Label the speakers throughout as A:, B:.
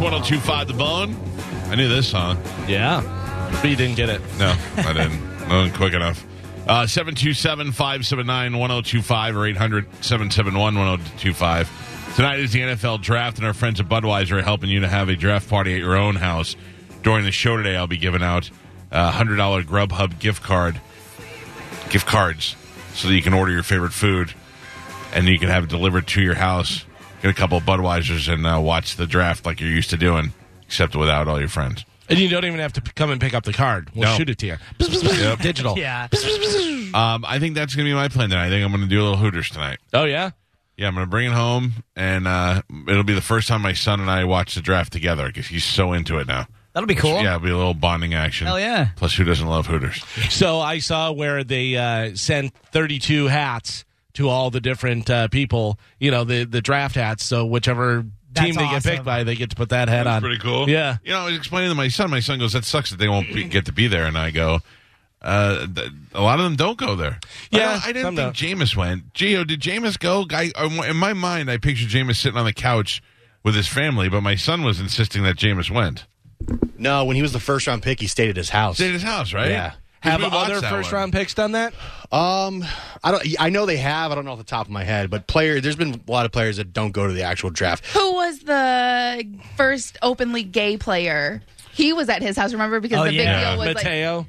A: 1025 The Bone. I knew this song.
B: Yeah.
A: But you didn't get it. No, I didn't. Not quick enough. Uh, 727 579 1025 or 800 771 1025. Tonight is the NFL draft, and our friends at Budweiser are helping you to have a draft party at your own house. During the show today, I'll be giving out a $100 Grubhub gift card, gift cards, so that you can order your favorite food and you can have it delivered to your house. Get a couple of Budweisers and uh, watch the draft like you're used to doing, except without all your friends.
B: And you don't even have to p- come and pick up the card. We'll
A: No.
B: shoot it to you.
A: Yep.
B: Digital.
C: Yeah.
A: Um, I think that's going to be my plan tonight. I think I'm going to do a little Hooters tonight.
B: Oh, yeah?
A: Yeah, I'm going to bring it home, and uh, it'll be the first time my son and I watch the draft together because he's so into it now.
C: That'll be cool.
A: Yeah, it'll be a little bonding action.
C: Hell yeah.
A: Plus, who doesn't love Hooters?
B: So I saw where they uh, sent 32 hats to all the different uh, people, you know, the, the draft hats. So whichever
C: That's
B: team they get picked
C: awesome.
B: by, they get to put that hat on.
A: That's pretty cool.
B: Yeah.
A: You know, I was explaining to my son. My son goes, "That sucks that they won't be, get to be there." And I go, uh, th- "A lot of them don't go there." I
B: Yeah,
A: don't- I, didn't
B: some
A: think Jameis went. Gio, did Jameis go? I, I- in my mind, I pictured Jameis sitting on the couch with his family, but my son was insisting that Jameis went.
D: No, when he was the first round pick, he stayed at his house.
A: Stayed at his house, right?
D: Yeah.
A: 'Cause
B: Have
A: we watched
B: other
A: that
B: first
A: one.
B: round picks done that?
D: Um, I don't. I know they have. I don't know off the top of my head, but player. There's been a lot of players that don't go to the actual draft.
E: Who was the first openly gay player? He was at his house, remember? Because
C: Oh,
E: the
C: yeah.
E: big deal was like,
B: Mateo.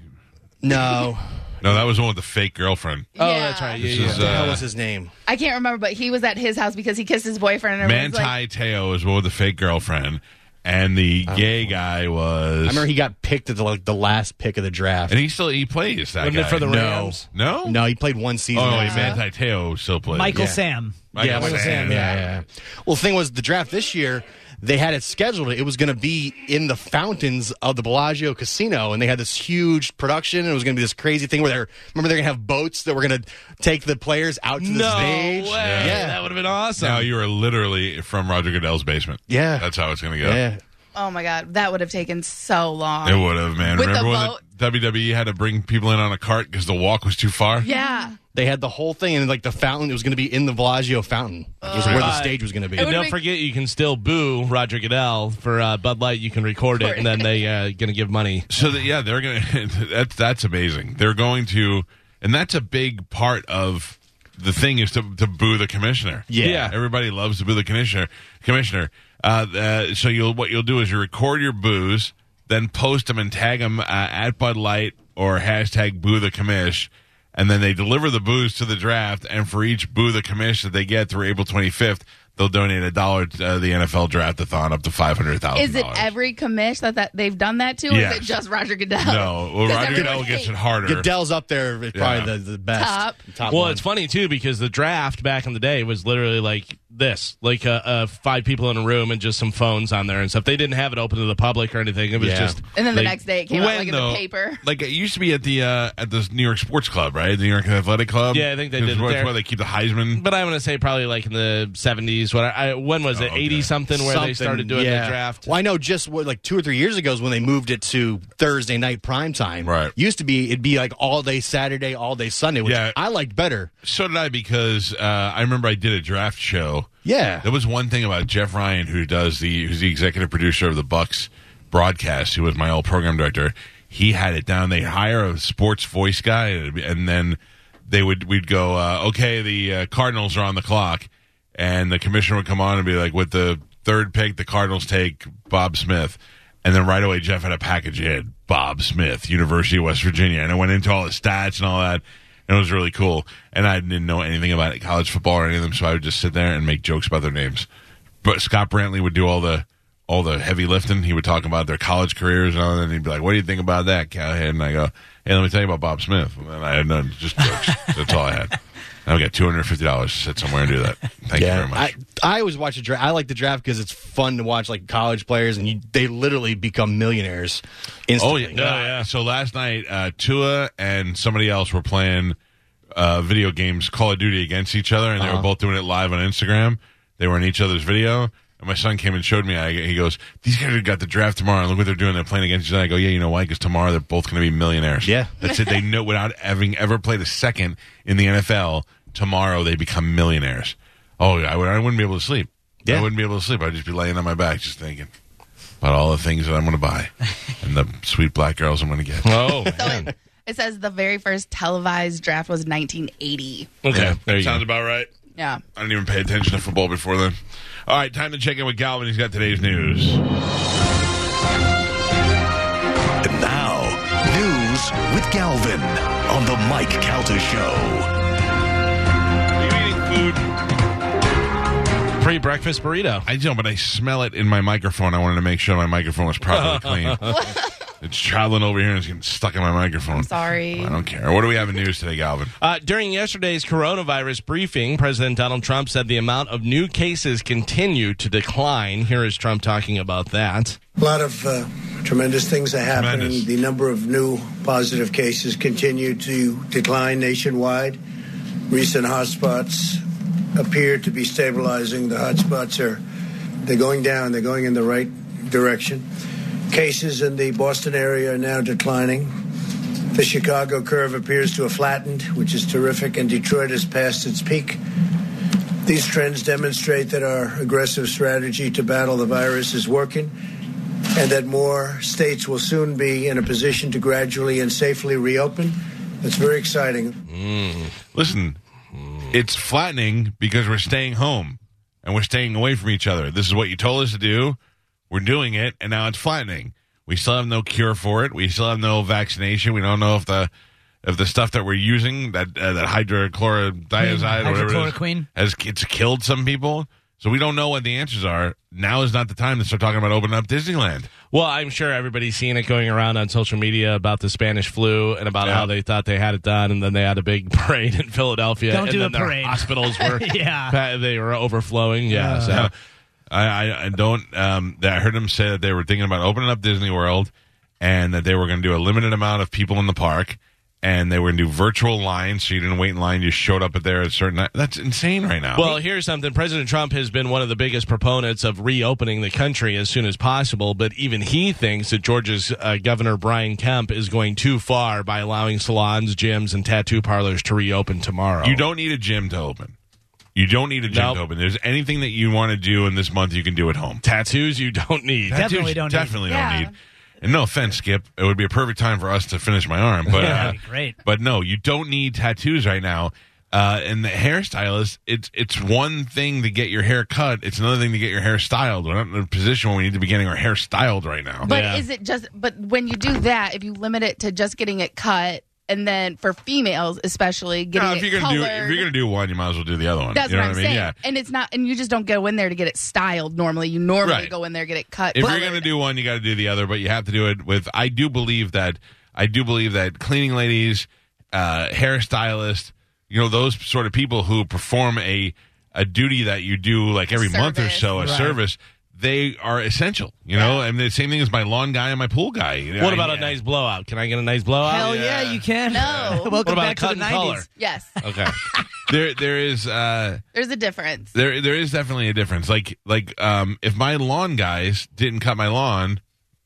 D: No,
A: No, that was the one with the fake girlfriend.
B: Oh,
E: Yeah.
B: that's right. Yeah,
A: This
B: yeah.
A: is
D: what the hell
A: uh,
D: was his name?
E: I can't remember, but he was at his house because he kissed his boyfriend. And
A: Manti
E: everyone's like,
A: Teo was one with the fake girlfriend, and the gay guy was.
D: I remember he got picked at the, like the last pick of the draft.
A: and he still he plays that
B: Wasn't it
A: guy.
B: for the
A: no,
B: Rams?
A: no,
D: No, he played one season.
A: Oh, wait, Manti Teo still plays.
C: Michael
D: Yeah.
C: Sam.
A: Michael
D: Yeah, Michael
A: Sam.
D: Sam. Yeah, yeah, yeah. Well, the thing was, the draft this year, they had it scheduled. It was going to be in the fountains of the Bellagio Casino, and they had this huge production. And it was going to be this crazy thing where they're remember they're going to have boats that were going to take the players out to the
B: No
D: stage.
B: way.
D: Yeah.
B: That would have been awesome.
A: Now you are literally from Roger Goodell's basement.
D: Yeah.
A: that's how it's going to go.
D: yeah.
E: oh my God, that would have taken so long.
A: It would have, man.
E: With the
A: Remember when the WWE had to bring people in on a cart because the walk was too far?
E: Yeah.
D: They had the whole thing, and like the fountain, it was going to be in the Bellagio fountain. It was where the stage was going to be.
B: And don't
E: make-
B: forget, you can still boo Roger Goodell for uh, Bud Light. You can record it, and then they uh, going to give money.
A: So that yeah, they're gonna. That's that's amazing. They're going to, and that's a big part of the thing is to to boo the commissioner.
B: Yeah.
A: everybody loves to boo the commissioner. Commissioner. Uh, uh, so you'll what you'll do is you record your boos, then post them and tag them uh, at Bud Light or hashtag boo the commish. And then they deliver the booze to the draft, and for each boo the commish that they get through April 25th, they'll donate a dollar to uh, the NFL Draft-a-thon up to $500,000.
E: Is it every commish that, that they've done that to? Or
A: Yes.
E: is it just Roger Goodell?
A: No. Well,
E: 'Cause
A: Roger Goodell
E: everyone
A: gets
E: hates-
A: it harder.
D: Goodell's up there, is probably
A: Yeah.
D: the, the best.
E: Top.
B: Well,
D: one.
B: it's funny too because the draft back in the day was literally like this, like uh, uh, five people in a room and just some phones on there and stuff. They didn't have it open to the public or anything. It was
D: Yeah.
B: just.
E: And then the
B: they-
E: next day it came out like in the paper.
A: Like it used to be at the uh, at the New York Sports Club, right? The New York Athletic Club.
B: Yeah, I think they
A: That's
B: did it
A: where-
B: there.
A: where they keep the Heisman.
B: But I want to say probably like in the seventies. What I, when was it?
A: Oh, okay.
B: Eighty something where they
D: Something,
B: started doing
D: yeah.
B: the draft.
D: Well, I know just what, like two or three years ago is when they moved it to Thursday night prime time.
A: Right.
D: Used to be it'd be like all day Saturday, all day Sunday, which
A: Yeah.
D: I liked better.
A: So did I because uh, I remember I did a draft show.
D: Yeah.
A: There was one thing about Jeff Ryan, who does the who's the executive producer of the Bucks broadcast, who was my old program director. He had it down. They hire a sports voice guy, and then they would we'd go, uh, okay, the uh, Cardinals are on the clock, and the commissioner would come on and be like, with the third pick, the Cardinals take Bob Smith. And then right away, Jeff had a package in Bob Smith, University of West Virginia, and it went into all his stats and all that. And it was really cool. And I didn't know anything about it, college football or any of them, so I would just sit there and make jokes about their names. But Scott Brantley would do all the all the heavy lifting. He would talk about their college careers and all that. And he'd be like, "What do you think about that, Cowhead?" And I go, "Hey, let me tell you about Bob Smith." And then I had none, just jokes. That's all I had. And I got two hundred fifty dollars to sit somewhere and do that. Thank you very much.
D: I, I always watch the draft. I like the draft because it's fun to watch like college players and you, they literally become millionaires instantly.
A: Oh yeah, yeah. So last night, uh, Tua and somebody else were playing uh, video games, Call of Duty, against each other, and they
D: Uh-huh.
A: were both doing it live on Instagram. They were in each other's video. And my son came and showed me. I, he goes, "These guys have got the draft tomorrow. and Look what they're doing. They're playing against each other." I go, "Yeah, you know why? Because tomorrow they're both going to be millionaires."
D: Yeah.
A: that's it. They know without having ever played a second in the NFL, tomorrow they become millionaires. Oh, I, would, I wouldn't be able to sleep.
D: Yeah.
A: I wouldn't be able to sleep. I'd just be laying on my back, just thinking. about all the things that I'm going to buy and the sweet black girls I'm going to get.
B: Oh,
E: So
B: man.
E: it, it says the very first televised draft was 1980.
B: Okay.
A: Yeah,
B: there you
A: sounds
B: go.
A: about right.
E: Yeah.
A: I didn't even pay attention to football before then. All right, time to check in with Galvin. He's got today's news.
C: And now, news with Galvin on the Mike Calter Show.
A: Are you eating food?
B: Pre breakfast burrito.
A: I don't, but I smell it in my microphone. I wanted to make sure my microphone was properly clean. it's traveling over here and it's getting stuck in my microphone.
E: Sorry.
A: I don't care. What do we have in news today, Galvin?
B: Uh, during yesterday's coronavirus briefing, President Donald Trump said the amount of new cases continue to decline. Here is Trump talking about that.
F: A lot of uh, tremendous things are happening.
A: Tremendous.
F: The number of new positive cases continue to decline nationwide. Recent hotspots appear to be stabilizing. The hotspots are they're going down. They're going in the right direction. Cases in the Boston area are now declining. The Chicago curve appears to have flattened, which is terrific, and Detroit has passed its peak. These trends demonstrate that our aggressive strategy to battle the virus is working and that more states will soon be in a position to gradually and safely reopen. That's very exciting.
A: Listen, it's flattening because we're staying home and we're staying away from each other. This is what you told us to do. We're doing it, and now it's flattening. We still have no cure for it. We still have no vaccination. We don't know if the if the stuff that we're using that uh, that hydrochlorodiazide or whatever it is,
G: Hydrochloroquine.
A: has it's killed some people. So we don't know what the answers are. Now is not the time to start talking about opening up Disneyland.
B: Well, I'm sure everybody's seen it going around on social media about the Spanish flu and about
A: Yeah.
B: how they thought they had it done, and then they had a big parade in Philadelphia.
G: Don't
B: and
G: do
B: then
G: a
B: their
G: parade.
B: Hospitals were
G: Yeah.
B: pa- they were overflowing. Yeah, so-
A: Uh, I, I, I don't. Um, I heard them say that they were thinking about opening up Disney World, and that they were going to do a limited amount of people in the park, and they were going to do virtual lines, so you didn't wait in line. You showed up at there at a certain. time. That's insane right now.
B: Well, here's something. President Trump has been one of the biggest proponents of reopening the country as soon as possible, but even he thinks that Georgia's uh, Governor Brian Kemp is going too far by allowing salons, gyms, and tattoo parlors to reopen tomorrow.
A: you don't need a gym to open. You don't need a gym
B: Nope.
A: to open. There's anything that you want to do in this month, you can do at home.
B: tattoos. You don't need.
G: That-
A: Tattoos
G: Definitely
A: you
G: don't need.
A: Definitely
E: Yeah.
A: don't need. And no offense, Skip. It would be a perfect time for us to finish my arm, but uh,
G: That'd be great.
A: But no, you don't need tattoos right now. Uh, and the hairstylist, it's it's one thing to get your hair cut. It's another thing to get your hair styled. We're not in a position where we need to be getting our hair styled right now.
E: But
B: Yeah.
E: is it just? But when you do that, if you limit it to just getting it cut, and then for females especially getting
A: No, if
E: it
A: you're gonna do if
E: colored,
A: you're gonna do one, you might as well do the other one.
E: that's
A: you know
E: what I'm
A: I mean?
E: saying.
A: Yeah.
E: And it's not, and you just don't go in there to get it styled. Normally, you normally
A: Right.
E: go in there get it
G: Uh,
E: cut.
A: If
E: colored.
A: you're gonna do one, you got to do the other. But you have to do it with. I do believe that. I do believe that cleaning ladies, uh, hairstylist, you know those sort of people who perform a a duty that you do like every month or
E: Service.
A: so, a service. They are essential, you know. And the same thing as my lawn guy and my pool guy. You know,
B: What about
A: I-
B: a nice blowout? Can I get a nice blowout?
G: Hell yeah, you can.
E: No.
G: Welcome
E: What
B: about
G: back
B: cut
G: to the
B: and
G: 90s.
B: color?
E: yes,
A: Okay, there there is. uh
E: there's a difference.
A: There, there is definitely a difference. Like, like um, if my lawn guys didn't cut my lawn,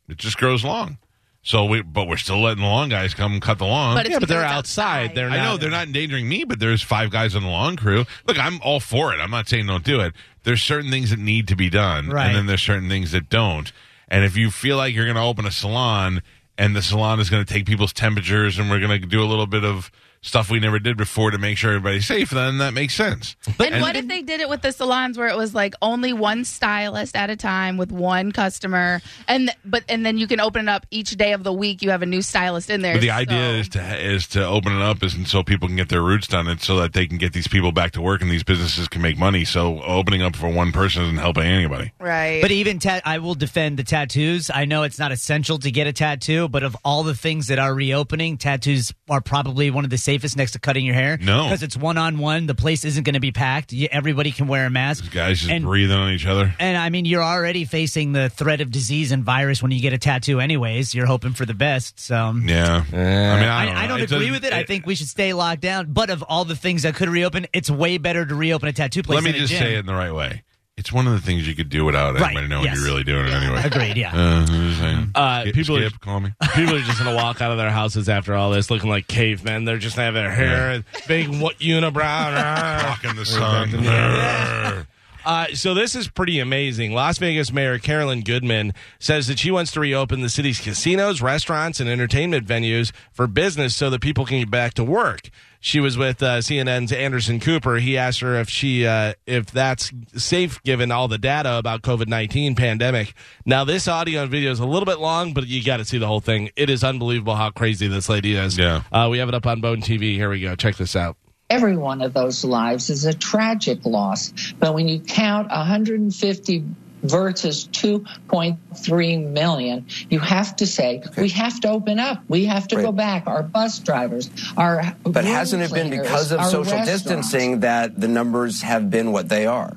A: it just grows long. So we, but we're still letting the lawn guys come cut the lawn.
E: But it's
B: Yeah, but
E: because
B: they're
E: it's
B: outside. They're
A: I
B: not.
A: know they're not endangering me, but there's five guys on the lawn crew. Look, I'm all for it. I'm not saying don't do it. There's certain things that need to be done,
G: Right.
A: and then there's certain things that don't. And if you feel like you're going to open a salon and the salon is going to take people's temperatures and we're going to do a little bit of stuff we never did before to make sure everybody's safe, then that makes sense.
E: and, what if they did it with the salons where it was like only one stylist at a time with one customer, and th- but and then you can open it up each day of the week. You have a new stylist in there.
A: But the
E: so-
A: idea is to is to open it up, is so people can get their roots done, and so that they can get these people back to work, and these businesses can make money. So opening up for one person isn't helping anybody.
E: right,
G: But even ta- I will defend the tattoos. I know it's not essential to get a tattoo, but of all the things that are reopening, tattoos are probably one of the safest next to cutting your hair.
A: No.
G: because it's one on one. The place isn't going to be packed. You, everybody can wear a mask.
A: Guys just
G: and,
A: breathing on each other.
G: and I mean, you're already facing the threat of disease and virus when you get a tattoo. Anyways, you're hoping for the best. So.
A: Yeah, I mean, I don't,
G: I, I
A: know.
G: don't
A: It
G: agree
A: doesn't-
G: with it. I think we should stay locked down. But of all the things that could reopen, it's way better to reopen a tattoo place.
A: Let me
G: than a
A: just
G: gym.
A: say it in the right way. It's one of the things you could do without
G: Right,
A: anybody knowing
G: yes.
A: you're really doing it anyway.
G: Agreed. Yeah.
A: Uh, who's saying?
B: Uh,
A: Skip-
B: people are-
A: Skip, call me.
B: People are just gonna walk out of their houses after all this, looking like cavemen. They're just gonna have their hair, and big what unibrow.
A: Walk in the sun.
B: Uh, so this is pretty amazing. Las Vegas Mayor Carolyn Goodman says that she wants to reopen the city's casinos, restaurants, and entertainment venues for business so that people can get back to work. She was with uh, CNN's Anderson Cooper. He asked her if she uh, if that's safe given all the data about COVID nineteen pandemic. Now this audio and video is a little bit long, but you got to see the whole thing. It is unbelievable how crazy this lady is.
A: Yeah.
B: uh, we have it up on Bone TV. Here we go. Check this out.
H: Every one of those lives is a tragic loss. But when you count 150 versus 2.3 million, you have to say, we have to open up. We have to go back. Our bus drivers, our. room
I: But hasn't it been
H: cleaners,
I: because of
H: our
I: social
H: restaurants."
I: distancing that the numbers have been what they are?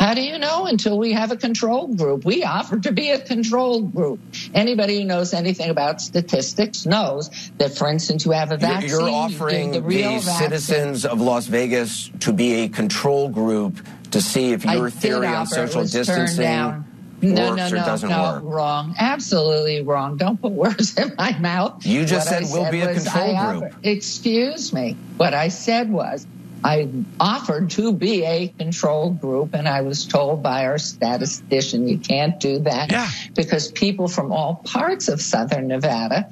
H: How do you know until we have a control group? We offered to be a control group. Anybody who knows anything about statistics knows that, for instance, you have a
I: You're-
H: vaccine.
I: You're
H: you
I: offering
H: give
I: the,
H: the, real vaccine.
I: citizens of Las Vegas to be a control group to see if
H: I
I: your
H: did
I: theory on
H: offer. It
I: social
H: was turned
I: distancing
H: down.
I: works
H: no, no,
I: or
H: no,
I: doesn't
H: no,
I: work.
H: wrong. Absolutely wrong. Don't put words in my mouth.
I: You just
H: What
I: said we'll be a
H: was
I: control
H: I
I: group.
H: offered- Excuse me. What I said was I offered to be a control group, and I was told by our statistician you can't do that
B: Yeah.
H: because people from all parts of Southern Nevada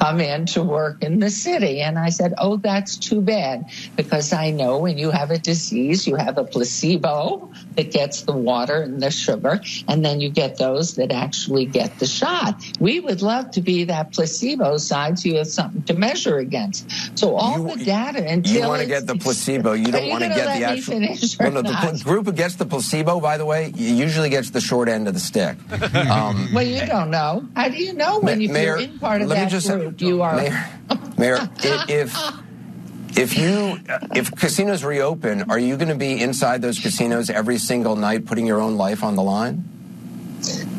H: come in to work in the city. And I said, Oh, that's too bad because I know when you have a disease, you have a placebo that gets the water and the sugar, and then you get those that actually get the shot. We would love to be that placebo side so you have something to measure against. So all
I: You-
H: the data until
I: You want to
H: it's-
I: get the placebo. You
H: Are
I: don't
H: you
I: want to
H: gonna
I: get
H: let
I: the
H: me
I: actual.
H: finish or
I: Well, no, the pl-
H: not?
I: group who gets the placebo, by the way, usually gets the short end of the stick. Um,
H: Well, you don't know. How do you know when
I: Ma-
H: if you're in part of
I: let me
H: that
I: just say-
H: group? you are.
I: Mayor, Mayor, i- if if you if casinos reopen, are you going to be inside those casinos every single night, putting your own life on the line?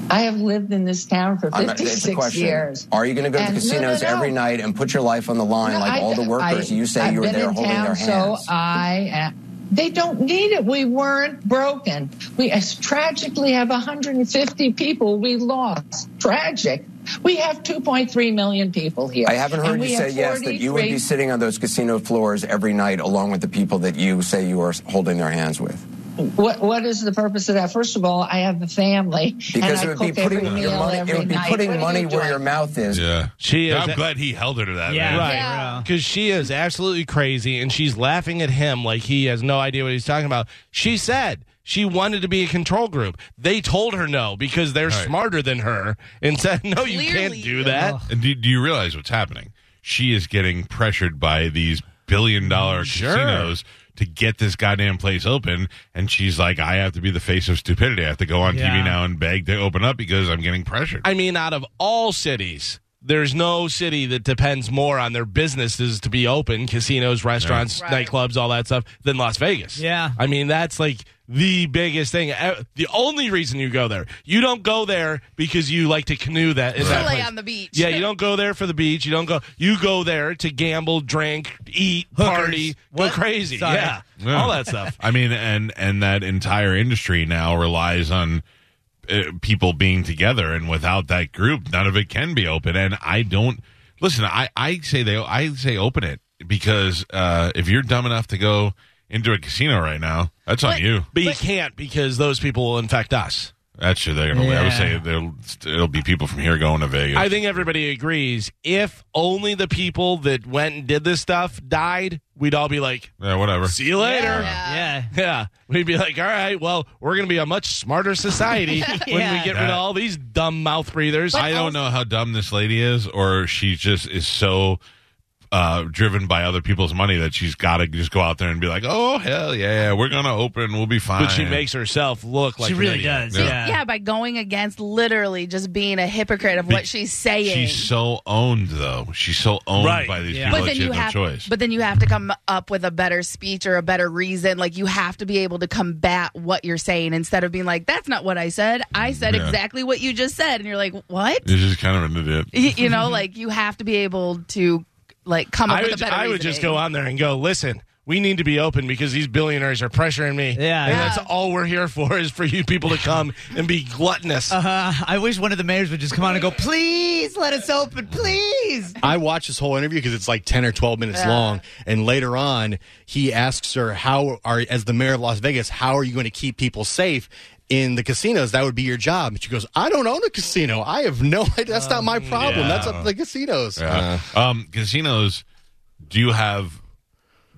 H: I have lived in this town for
I: I'm not- that's the
H: 56 years.
I: Are you going to go to the
H: And- no, no,
I: casinos
H: no.
I: every night and put your life on the line,
H: No,
I: like
H: I-
I: all the workers
H: I-
I: you say
H: I've
I: you were
H: been
I: there
H: in
I: holding
H: town,
I: their hands?
H: So I am. They don't need it. We weren't broken. We as tragically have 150 people we lost. Tragic. We have 2.3 million people here.
I: I haven't heard
H: And
I: you
H: we
I: say
H: have
I: yes that you would
H: 43
I: be sitting on those casino floors every night along with the people that you say you are holding their hands with.
H: What What is the purpose of that? First of all, I have a family. and
I: Because
H: I
I: it would be
H: cook every
I: putting your
H: meal
I: money it
H: every
I: would be
H: night. What
I: putting
H: are
I: money
H: you
I: where
H: doing?
I: your mouth is.
A: Yeah.
B: She is.
A: I'm glad he held her to that.
G: Yeah.
A: man.
B: Right.
E: Yeah.
B: Because she is absolutely crazy and she's laughing at him like he has no idea what he's talking about. She said she wanted to be a control group. They told her no because they're
A: Right.
B: smarter than her and said, no, you
E: Clearly.
B: can't do that.
A: And do, do you realize what's happening? She is getting pressured by these billion dollar
B: Sure.
A: casinos to get this goddamn place open. And she's like, I have to be the face of stupidity. I have to go on
G: Yeah.
A: TV now and beg to open up because I'm getting pressured.
B: I mean, out of all cities, there's no city that depends more on their businesses to be open casinos, restaurants,
E: Right.
B: nightclubs, all that stuff than Las Vegas.
G: Yeah.
B: I mean, that's like the biggest thing. Eh, The only reason you go there, you don't go there because you like to canoe that. in
E: To
B: that
E: lay
B: place.
E: on the beach.
B: Yeah, you don't go there for the beach. You don't go. You go there to gamble, drink, eat,
G: Hookers.
B: party,
G: What?
B: go crazy.
G: Sorry.
B: Yeah.
A: Yeah.
B: all that stuff.
A: I mean, and and that entire industry now relies on uh, people being together, and without that group, none of it can be open. And I don't listen. I I say they I say open it because uh, if you're dumb enough to go into a casino right now, that's on
E: But-
A: you.
B: But, you can't because those people will infect us.
A: That's sure they're gonna. I would
G: Yeah.
A: say there'll it'll be people from here going to Vegas.
B: I think everybody agrees. If only the people that went and did this stuff died, we'd all be like,
A: yeah, whatever.
B: "See you later." Yeah.
G: Yeah.
B: we'd be like, "All right, well, we're going to be a much smarter society when we
G: Yeah.
B: get rid of all these dumb mouth breathers."
A: I don't know how dumb this lady is, or she just is so uh, driven by other people's money that she's got to just go out there and be like, "Oh hell yeah, we're gonna open, we'll be fine."
B: But she makes herself look like
G: she
B: an
G: really
B: idiot.
G: does.
A: Yeah.
G: Yeah.
E: Yeah, by going against literally just being a hypocrite of what she's saying.
A: She's so owned though. She's so owned
B: Right.
A: by these
G: Yeah.
A: people
E: but
A: that
E: then
A: she
E: you
A: has no
E: have,
A: choice.
E: but then you have to come up with a better speech or a better reason. Like you have to be able to combat what you're saying instead of being like, "That's not what I said. I
B: Mm,
E: said
A: Yeah.
E: exactly what you just said," and you're like, "What?"
A: You're just kind of an idiot.
E: Y- you know, like you have to be able to like come up
B: I
E: with
B: would,
E: a better.
B: I would just
E: reasoning.
B: go on there and go, listen, we need to be open because these billionaires are pressuring me.
G: Yeah.
B: And
G: Yeah.
B: that's all we're here for is for you people to come and be gluttonous.
G: Uh, I wish one of the mayors would just come on and go, please let us open, please.
D: I watched this whole interview because it's like 10 or 12 minutes long. And later on, he asks her, How are, as the mayor of Las Vegas, how are you going to keep people safe in the casinos? That would be your job. And she goes, I don't own a casino. I have no idea. That's not
B: Oh,
D: my problem.
A: yeah.
D: That's up to the casinos.
A: Yeah. um, casinos do have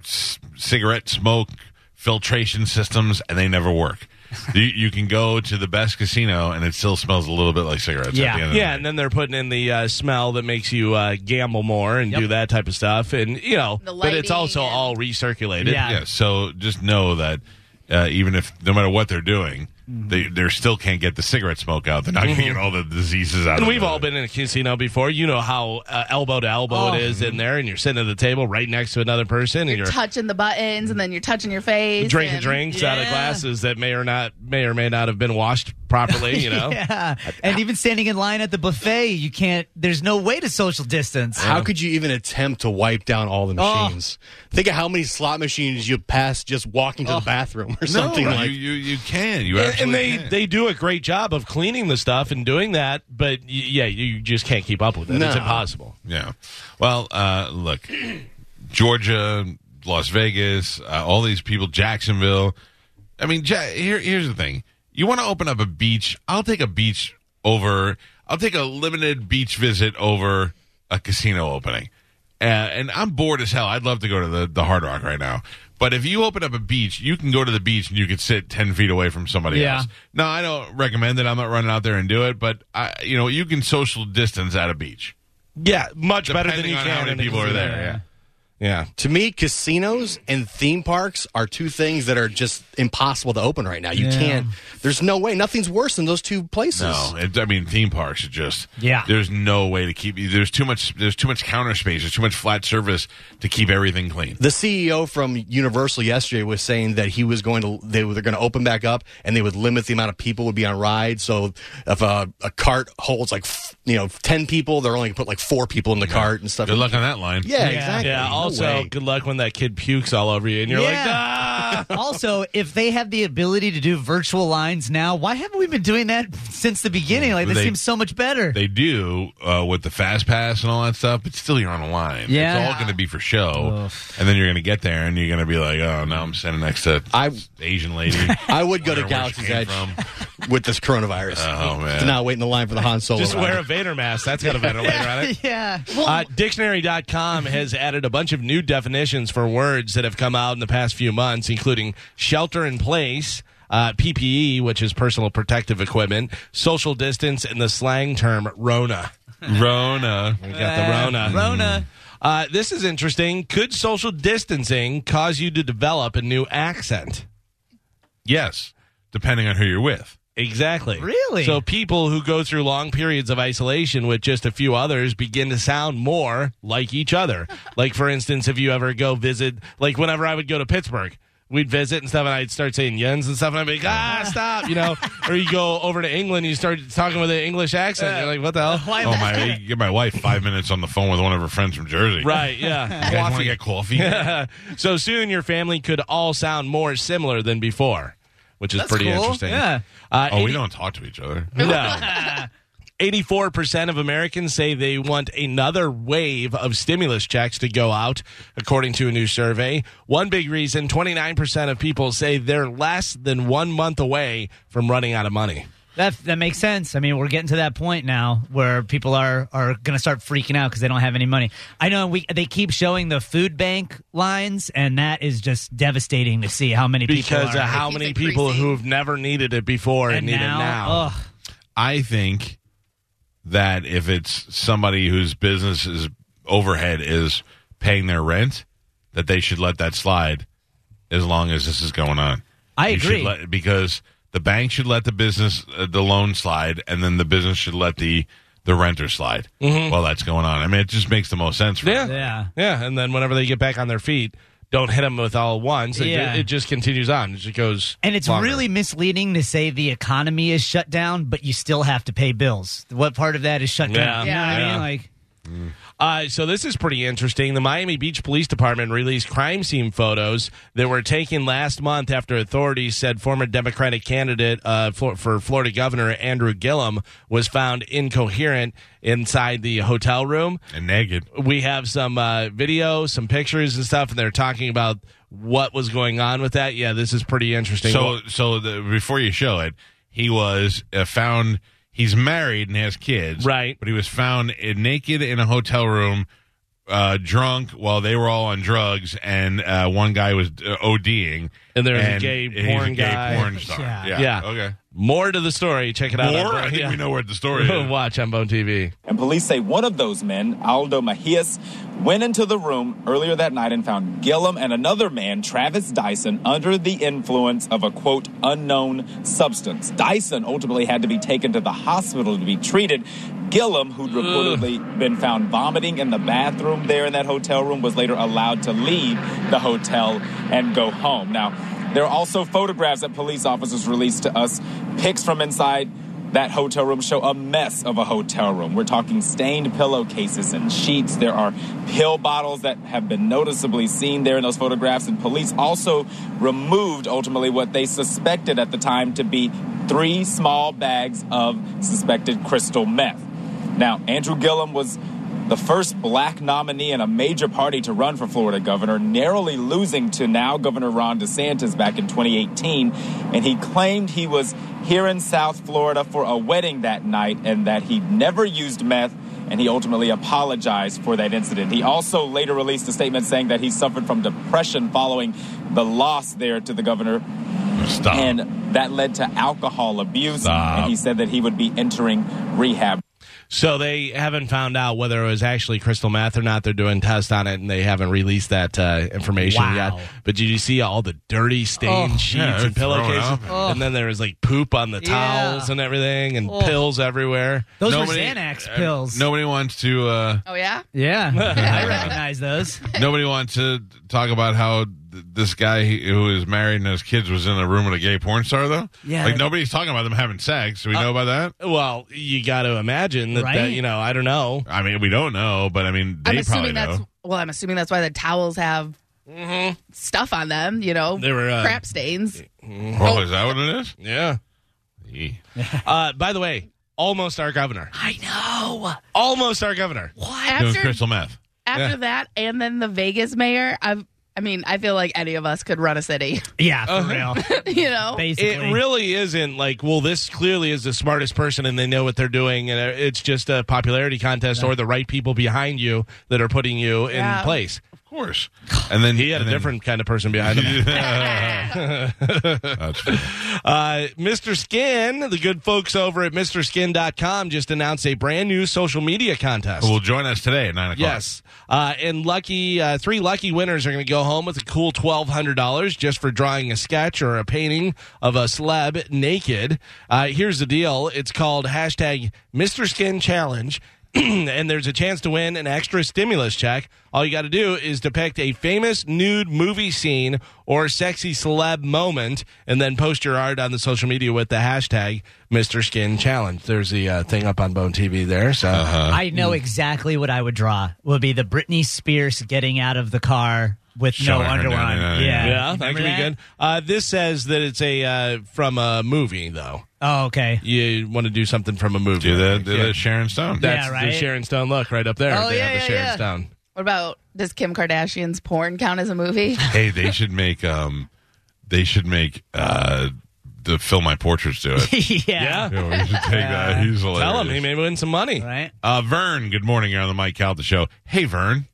A: c- cigarette smoke filtration systems, and they never work. you, you can go to the best casino, and it still smells a little bit like cigarettes.
G: Yeah.
A: At the end of
B: Yeah,
A: The
B: and
A: night.
B: then they're putting in the uh, smell that makes you uh, gamble more and
G: Yep.
B: do that type of stuff, and you know,
E: The
B: but it's
E: lighting
B: also
E: and-
B: all recirculated.
G: Yeah.
A: yeah. So just know that uh, even if no matter what they're doing,
B: Mm-hmm.
A: they they still can't get the cigarette smoke out. They're not going to get all the diseases out. of
B: And we've
A: it.
B: all been in a casino before. You know how uh, elbow to elbow
G: Oh.
B: it is
A: Mm-hmm.
B: in there, and you're sitting at the table right next to another person, and
E: You're
B: you're
E: touching the buttons and then you're touching your face.
B: drinking
E: and-
B: drinks out of
G: Yeah.
B: glasses that may or not may or may not have been washed properly. You know,
G: Yeah. And even standing in line at the buffet, you can't, there's no way to social distance.
D: How could you even attempt to wipe down all the
G: Oh.
D: machines? Think of how many slot machines you pass just walking to
B: Oh.
D: the bathroom or
A: No,
D: something like
A: you, you you can you
B: and
A: absolutely
B: they
A: can.
B: they do a great job of cleaning the stuff and doing that, but y- yeah, you just can't keep up with it.
D: No.
B: It's impossible.
A: Yeah. Well, uh, look, Georgia, Las Vegas, uh, all these people, Jacksonville. I mean, ja- here, here's the thing. You want to open up a beach? I'll take a beach over. I'll take a limited beach visit over a casino opening. Uh, and I'm bored as hell. I'd love to go to the, the Hard Rock right now. But if you open up a beach, you can go to the beach and you can sit 10 feet away from somebody
G: Yeah.
A: else. No, I don't recommend it. I'm not running out there and do it. But, I, you know, you can social distance at a beach.
B: Yeah, much better than
A: Depending
B: you
A: on
B: can.
A: how many
B: in a
A: people are
B: casino.
A: there. Yeah.
B: Yeah.
D: To me, casinos and theme parks are two things that are just impossible to open right now. You
G: Yeah.
D: can't. There's no way. Nothing's worse than those two places.
A: No, it, I mean theme parks are just
G: Yeah.
A: There's no way to keep. There's too much. There's too much counter space. There's too much flat surface to keep everything clean.
D: The CEO from Universal yesterday was saying that he was going to they were going to open back up and they would limit the amount of people would be on rides. So if a, a cart holds like f- you know ten people, they're only going to put like four people in the cart and stuff.
A: Good luck on that line.
D: Yeah, exactly.
B: Yeah.
D: No
B: Also,
D: way.
B: good luck when that kid pukes all over you, and you're like, ah.
G: also, if they have the ability to do virtual lines now, why haven't we been doing that since the beginning? Like, this
A: They-
G: seems so much better.
A: They do uh, with the fast pass and all that stuff, but still you're on a line.
G: Yeah.
A: It's all going to be for show, and then you're going to get there and you're going to be like, oh, now I'm sitting next to
D: I-
A: Asian lady.
D: I would go to
A: Wonder where she
D: Galaxy's
A: came
D: Edge
A: from.
D: with this coronavirus.
A: Oh, man.
D: to not wait in the line for the Han Solo.
B: Just
D: ride.
B: wear a Vader mask. That's got a Vader later on it.
G: yeah.
B: Uh, dictionary.com has added a bunch of new definitions for words that have come out in the past few months, including shelter in place, uh, PPE, which is personal protective equipment, social distance, and the slang term Rona.
A: Rona.
B: We got the Rona.
G: Rona.
B: Uh, this is interesting. Could social distancing cause you to develop a new accent?
A: Yes, depending on who you're with.
B: Exactly.
G: Really?
B: So people who go through long periods of isolation with just a few others begin to sound more like each other. like for instance, if you ever go visit, like whenever I would go to Pittsburgh, we'd visit and stuff, and I'd start saying yens and stuff, and I'd be like, ah, stop, you know. or you go over to England, you start talking with an English accent, you're like, what the hell?
A: Oh my! you Get my wife five minutes on the phone with one of her friends from Jersey.
B: Right, yeah.
A: You guys want to get coffee?
B: so soon your family could all sound more similar than before, which is
G: That's
B: pretty
G: cool.
B: interesting.
G: Yeah.
B: Uh,
A: Oh, we
B: 80
A: don't talk to each other.
B: No. 84% of Americans say they want another wave of stimulus checks to go out, according to a new survey. One big reason 29% of people say they're less than one month away from running out of money.
G: That that makes sense. I mean, we're getting to that point now where people are are going to start freaking out because they don't have any money. I know we they keep showing the food bank lines, and that is just devastating to see how many
B: Because
G: people
B: of
G: are
B: how
E: keeps
B: many people
E: increasing.
B: who've never needed it before and,
G: and
B: need
G: now,
B: it now.
G: ugh,
A: I think that if it's somebody whose business is overhead is paying their rent, that they should let that slide as long as this is going on.
G: I
A: You should
G: agree.
A: let- because the bank should let the business uh, the loan slide, and then the business should let the the renter slide while that's going on. I mean, it just makes the most sense. For
B: Yeah.
G: Mm-hmm. yeah.
B: Yeah. And then whenever they get back on their feet, don't hit them with all at once. It,
G: Yeah.
B: it just continues on. It just goes.
G: And it's
B: longer.
G: really misleading to say the economy is shut down, but you still have to pay bills. What part of that is shut
B: Yeah.
G: down? You know what
B: Yeah.
G: I mean? Like,
B: Uh, so this is pretty interesting. The Miami Beach Police Department released crime scene photos that were taken last month after authorities said former Democratic candidate uh, for, for Florida Governor Andrew Gillum was found incoherent inside the hotel room
A: and naked.
B: we have some uh, video, some pictures and stuff, and they're talking about what was going on with that. Yeah, this is pretty interesting.
A: So, so the, before you show it, he was uh, found. He's married and has kids,
B: Right.
A: But he was found uh, naked in a hotel room, uh, drunk while they were all on drugs, and uh, one guy was uh, ODing.
B: And there's a
A: and
B: gay
A: he's
B: porn
A: a gay
B: guy.
A: porn star. Yeah.
G: Yeah.
B: Yeah.
A: Okay.
B: more to the story. Check it out. on
A: Or
B: Bone-
A: I think
B: yeah.
A: we know where the story is.
B: Watch on Bone TV.
J: And police say one of those men, Aldo Mejias, went into the room earlier that night and found Gillum and another man, Travis Dyson, under the influence of a quote, unknown substance. Dyson ultimately had to be taken to the hospital to be treated. Gillum, who'd reportedly been found vomiting in the bathroom there in that hotel room, was later allowed to leave the hotel and go home. Now, there are also photographs that police officers released to us, pics from inside that hotel room show a mess of a hotel room. We're talking stained pillowcases and sheets. There are pill bottles that have been noticeably seen there in those photographs. And police also removed ultimately what they suspected at the time to be three small bags of suspected crystal meth. Now, Andrew Gillum was the first black nominee in a major party to run for Florida governor, narrowly losing to now Governor Ron DeSantis back in 2018. And he claimed he was here in South Florida for a wedding that night and that he'd never used meth. And he ultimately apologized for that incident. He also later released a statement saying that he suffered from depression following the loss there to the governor
A: Stop.
J: and that led to alcohol abuse.
A: Stop.
J: And he said that he would be entering rehab.
B: So they haven't found out whether it was actually crystal meth or not. They're doing tests on it, and they haven't released that uh, information
G: Wow.
B: yet. But did you see all the dirty stained
G: Oh.
B: sheets
A: Yeah,
B: and
A: they're throwing
B: pillowcases?
A: up.
B: And then there was like poop on the
G: Yeah.
B: towels and everything, and
G: Oh.
B: pills everywhere.
G: Those
A: Nobody-
G: were Xanax
A: uh,
G: pills.
A: Nobody wants to. Uh,
E: Oh yeah.
G: Yeah, I recognize those.
A: nobody wants to talk about how th- this guy who is married and has kids was in a room with a gay porn star, though.
G: Yeah,
A: Like
G: that-
A: nobody's talking about them having sex. Do we know about that?
B: Uh, Well, you got to imagine that, that
G: Right?
B: you know. I don't know.
A: I mean, we don't know, but I mean, they
E: I'm
A: probably
E: assuming that's
A: know.
E: well. I'm assuming that's why the towels have stuff on them. You know,
B: Mm-hmm. They were, uh,
E: crap stains.
B: Mm-hmm.
A: Oh, is that what it is?
B: Yeah.
A: Yee.
B: Uh, by the way, almost our governor.
E: I know.
B: Almost our governor.
A: Doing
E: After
A: crystal meth.
E: after that, and then the Vegas mayor. I've. I mean, I feel like any of us could run a city.
G: Yeah, for
B: Uh-huh.
G: real.
E: you know,
G: Basically,
B: It really isn't like, well, this clearly is the smartest person and they know what they're doing. And it's just a popularity contest or the right people behind you that are putting you
E: Yeah.
B: in place.
A: Of course. And then
B: He had a different kind of person behind him.
A: That's funny.
B: Uh, Mr. Skin, the good folks over at MrSkin.com just announced a brand new social media contest.
A: Who will join us today at nine o'clock?
B: Yes, uh, and lucky uh, three lucky winners are going to go home with a cool twelve hundred dollars just for drawing a sketch or a painting of a celeb naked. Uh, here's the deal: it's called hashtag Mr. Skin Challenge. and there's a chance to win an extra stimulus check. All you got to do is depict a famous nude movie scene or sexy celeb moment, and then post your art on the social media with the hashtag Mr. Skin Challenge. There's the uh, thing up on Bone TV there. So
G: I know
A: mm.
G: exactly what I would draw. Would be the Britney Spears getting out of the car with
A: Showing
G: no
A: her
G: underwear on.
A: down, yeah,
G: Yeah,
A: yeah,
B: Yeah, that
G: Remember
B: could be good. Uh, this says that it's a uh, from a movie, though.
G: Oh, okay.
B: You want to do something from a movie?
A: Do the, do
B: Yeah.
A: the Sharon Stone.
B: That's
G: Yeah,
B: the
G: right?
B: Sharon Stone look right up there.
G: Oh,
B: They
G: yeah,
B: have
G: yeah,
B: the Sharon
G: yeah.
B: Stone.
E: what about does Kim Kardashian's porn count as a movie?
A: Hey, they should make um, they should make uh, the fill my portraits do it.
G: yeah.
A: Yeah, we should take that. He's hilarious.
B: Tell him he may win some money.
G: Right.
A: Uh, Vern, good morning. You're on the Mike Calda show. Hey, Vern,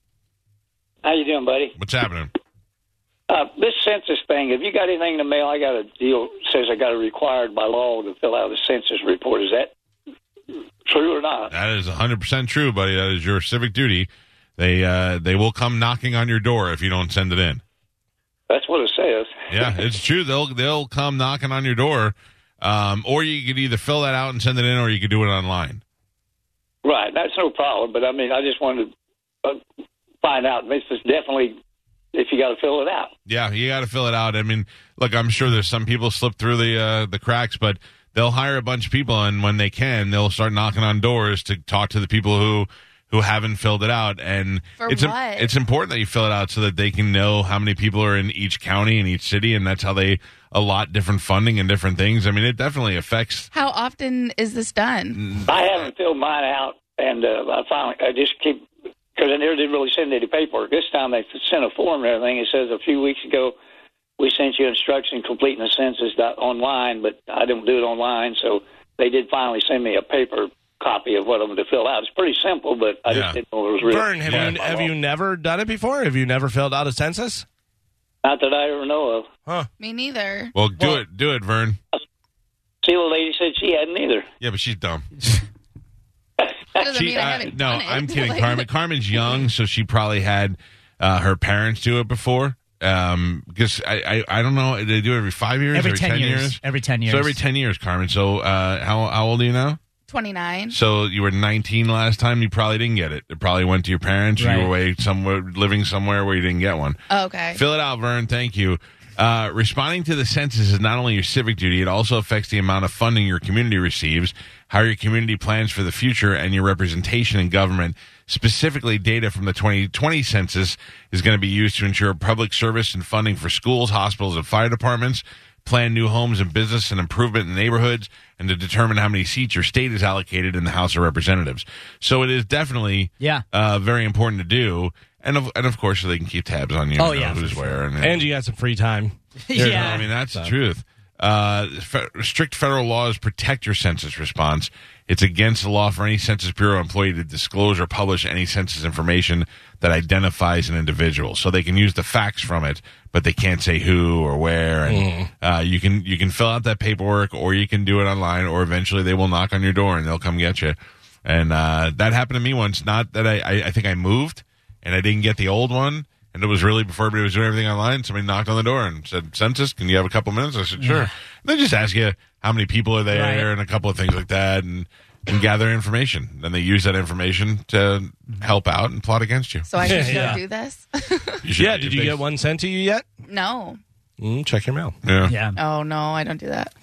K: How you doing, buddy?
A: what's happening?
K: Uh, this census thing. Have you got anything in the mail? I got a deal says I got to required by law to fill out a census report. Is that true or not?
A: That is 100% true, buddy. That is your civic duty. They uh, they will come knocking on your door if you don't send it in.
K: That's what it says.
A: Yeah, it's true. They'll they'll come knocking on your door, um, or you could either fill that out and send it in, or you could do it online.
K: Right. That's no problem. But I mean, I just wanted to uh, find out. This is definitely if you got to fill it out.
A: Yeah, you got to fill it out. I mean, look, I'm sure there's some people slip through the uh, the cracks, but they'll hire a bunch of people, and when they can, they'll start knocking on doors to talk to the people who who haven't filled it out, and
E: For
A: it's im-
E: what?
A: it's important that you fill it out so that they can know how many people are in each county and each city, and that's how they allot different funding and different things. I mean, it definitely affects.
E: How often is this done?
K: I haven't filled mine out, and uh, I finally I just keep because they never did really send any paperwork. This time they sent a form and everything. It says a few weeks ago we sent you instruction completing the census dot online, but I didn't do it online, so they did finally send me a paper copy of what I'm to fill out. It's pretty simple, but I
A: Yeah.
K: just didn't know it was real.
B: Vern, have you have you never done it before? Have you never filled out a census?
K: Not that I ever know of.
B: Mm.
E: Me neither.
A: Well, do it, do it, Vern.
K: See, the lady said she hadn't either.
A: Yeah, but she's dumb.
E: Doesn't
A: She-
E: mean I
A: uh,
E: haven't
A: no,
E: done it.
A: I'm kidding.
E: Like,
A: Carmen. Carmen's young, so she probably had uh, her parents do it before. Um, because I, I, I don't know, they do it every five years,
G: Every 10 years. Every 10 years.
A: So every ten years, Carmen. So uh, how how old are you now?
E: 29.
A: So you were 19 last time. You probably didn't get it. It probably went to your parents. or You
G: Right.
A: were away somewhere, living somewhere where you didn't get one.
E: Oh, okay.
A: Fill it out, Vern. Thank you. Uh, responding to the census is not only your civic duty, it also affects the amount of funding your community receives, how your community plans for the future, and your representation in government. Specifically, data from the 2020 census is going to be used to ensure public service and funding for schools, hospitals, and fire departments, plan new homes and business and improvement in neighborhoods, and to determine how many seats your state is allocated in the House of Representatives. So it is definitely
G: Yeah.
A: uh, very important to do. And of, and of course, they can keep tabs on you.
G: Oh,
A: and know
G: yeah,
A: who's where. And,
B: And you got some free time.
A: yeah. I mean, that's the truth. Uh, fe- strict federal laws protect your census response. It's against the law for any Census Bureau employee to disclose or publish any census information that identifies an individual. So they can use the facts from it, but they can't say who or where. And uh, you can you can fill out that paperwork, or you can do it online, or eventually they will knock on your door and they'll come get you. And uh, that happened to me once. Not that I, I I think I moved and I didn't get the old one. And it was really before everybody was doing everything online. Somebody knocked on the door and said, "Census, can you have a couple minutes?" I said, "Sure." They just ask you how many people are there
G: Right.
A: and a couple of things like that, and and gather information. Then they use that information to help out and plot against you.
E: So I can
B: Yeah.
E: go do this?
A: You should-
B: Yeah, did you
A: they-
B: get one sent to you yet?
E: no.
B: Mm, check your mail.
A: Yeah.
G: Yeah.
E: Oh, no, I don't do that.